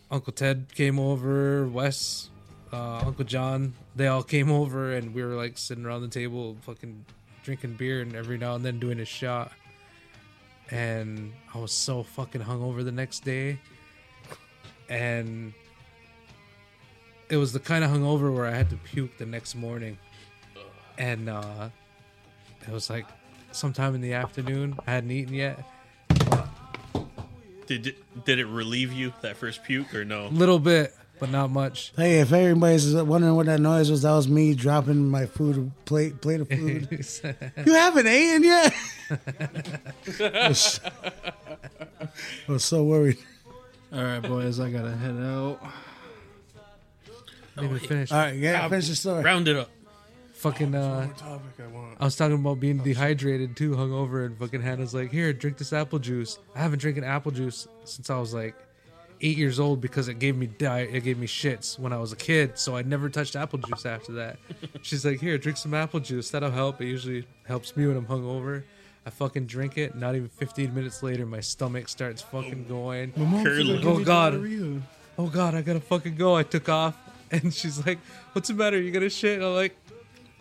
Uncle Ted came over. Wes, uh, Uncle John, they all came over, and we were like sitting around the table, fucking drinking beer, and every now and then doing a shot. And I was so fucking hungover the next day, and it was the kind of hungover where I had to puke the next morning, and uh, it was like sometime in the afternoon. I hadn't eaten yet. Did it, did it relieve you that first puke or no? Little bit, but not much. Hey, if everybody's wondering what that noise was, that was me dropping my food plate plate of food. you haven't eaten yet. I was- I was so worried. all right boys i gotta head out Didn't even finish. All right, yeah, finish the story. Round it up. Fucking. uh, I was talking about being dehydrated too, hungover, and fucking Hannah's like, "Here, drink this apple juice." I haven't drinking apple juice since I was like eight years old because it gave me di- it gave me shits when I was a kid, so I never touched apple juice after that. She's like, "Here, drink some apple juice. That'll help. It usually helps me when I'm hungover." I fucking drink it. Not even 15 minutes later, my stomach starts fucking going. My mom's Curling. like, "Give Oh me god. diarrhea." Oh god, I gotta fucking go. I took off, and she's like, "What's the matter? You gonna shit?" And I'm like,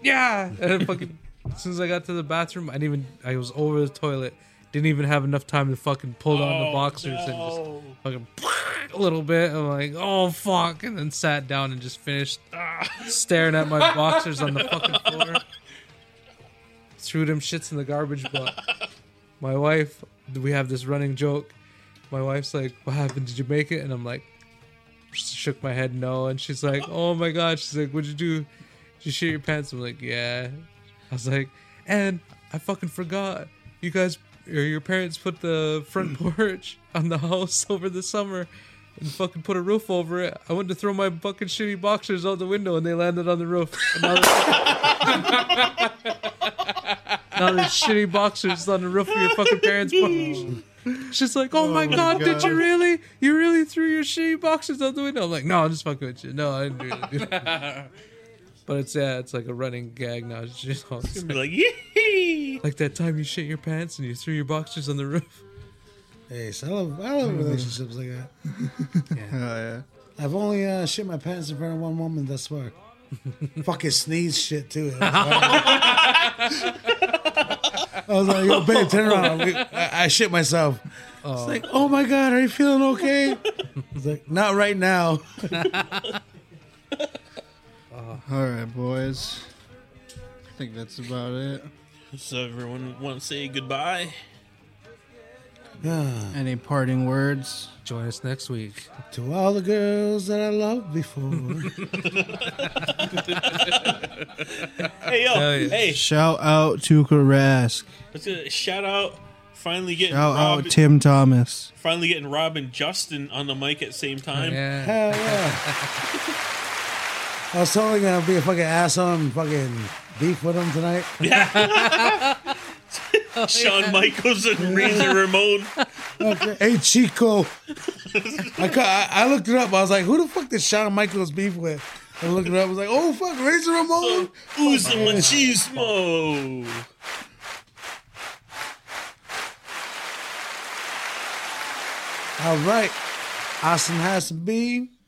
"Yeah." And I fucking as soon as I got to the bathroom, I didn't even. I was over the toilet. Didn't even have enough time to fucking pull down the Oh, boxers no. and just fucking a little bit. I'm like, oh fuck, and then sat down and just finished Ah. staring at my boxers on the fucking floor. Threw them shits in the garbage bucket. My wife, we have this running joke. My wife's like, "What happened? Did you make it?" And I'm like, she shook my head no and she's like oh my god she's like what'd you do did you shit your pants i'm like yeah i was like and i fucking forgot you guys or your parents put the front porch on the house over the summer and fucking put a roof over it i went to throw my fucking shitty boxers out the window and they landed on the roof And now they're- now there's shitty boxers on the roof of your fucking parents porch She's like, oh, my my god, did God. you really? You really threw your shitty boxes out the window? I'm like, no, I'm just fucking with you. No, I didn't really do that. but it's yeah, it's like a running gag now. It's just it's gonna be like, yee Like that time you shit your pants and you threw your boxers on the roof. Hey, so I love, I love relationships like that. yeah. I've only uh, shit my pants in front of one woman thus far. Fucking sneeze shit too. It was horrible. I was like, yo, babe, turn around. We- I, I shit myself. It's like, oh my god, are you feeling okay? It's like, not right now. All right, boys. I think that's about it. So everyone want to say goodbye? Ah, Any parting words? Join us next week. to all the girls that I loved before. Hey yo, Hell yeah. hey, Shout out to Karask. let's uh, shout out. Finally getting Shout Rob, out Tim Thomas. Finally getting Rob and Justin on the mic at the Oh, same time. yeah. Hell yeah. I was totally gonna be a fucking asshole and fucking beef with him tonight. Shawn Michaels and Razor Ramon. Okay. Hey Chico, I, ca- I I looked it up. I was like, "Who the fuck did Shawn Michaels beef with?" I looked it up. I was like, "Oh fuck, Razor Ramon." Oh, Usa Machismo. All right, Austin has to be.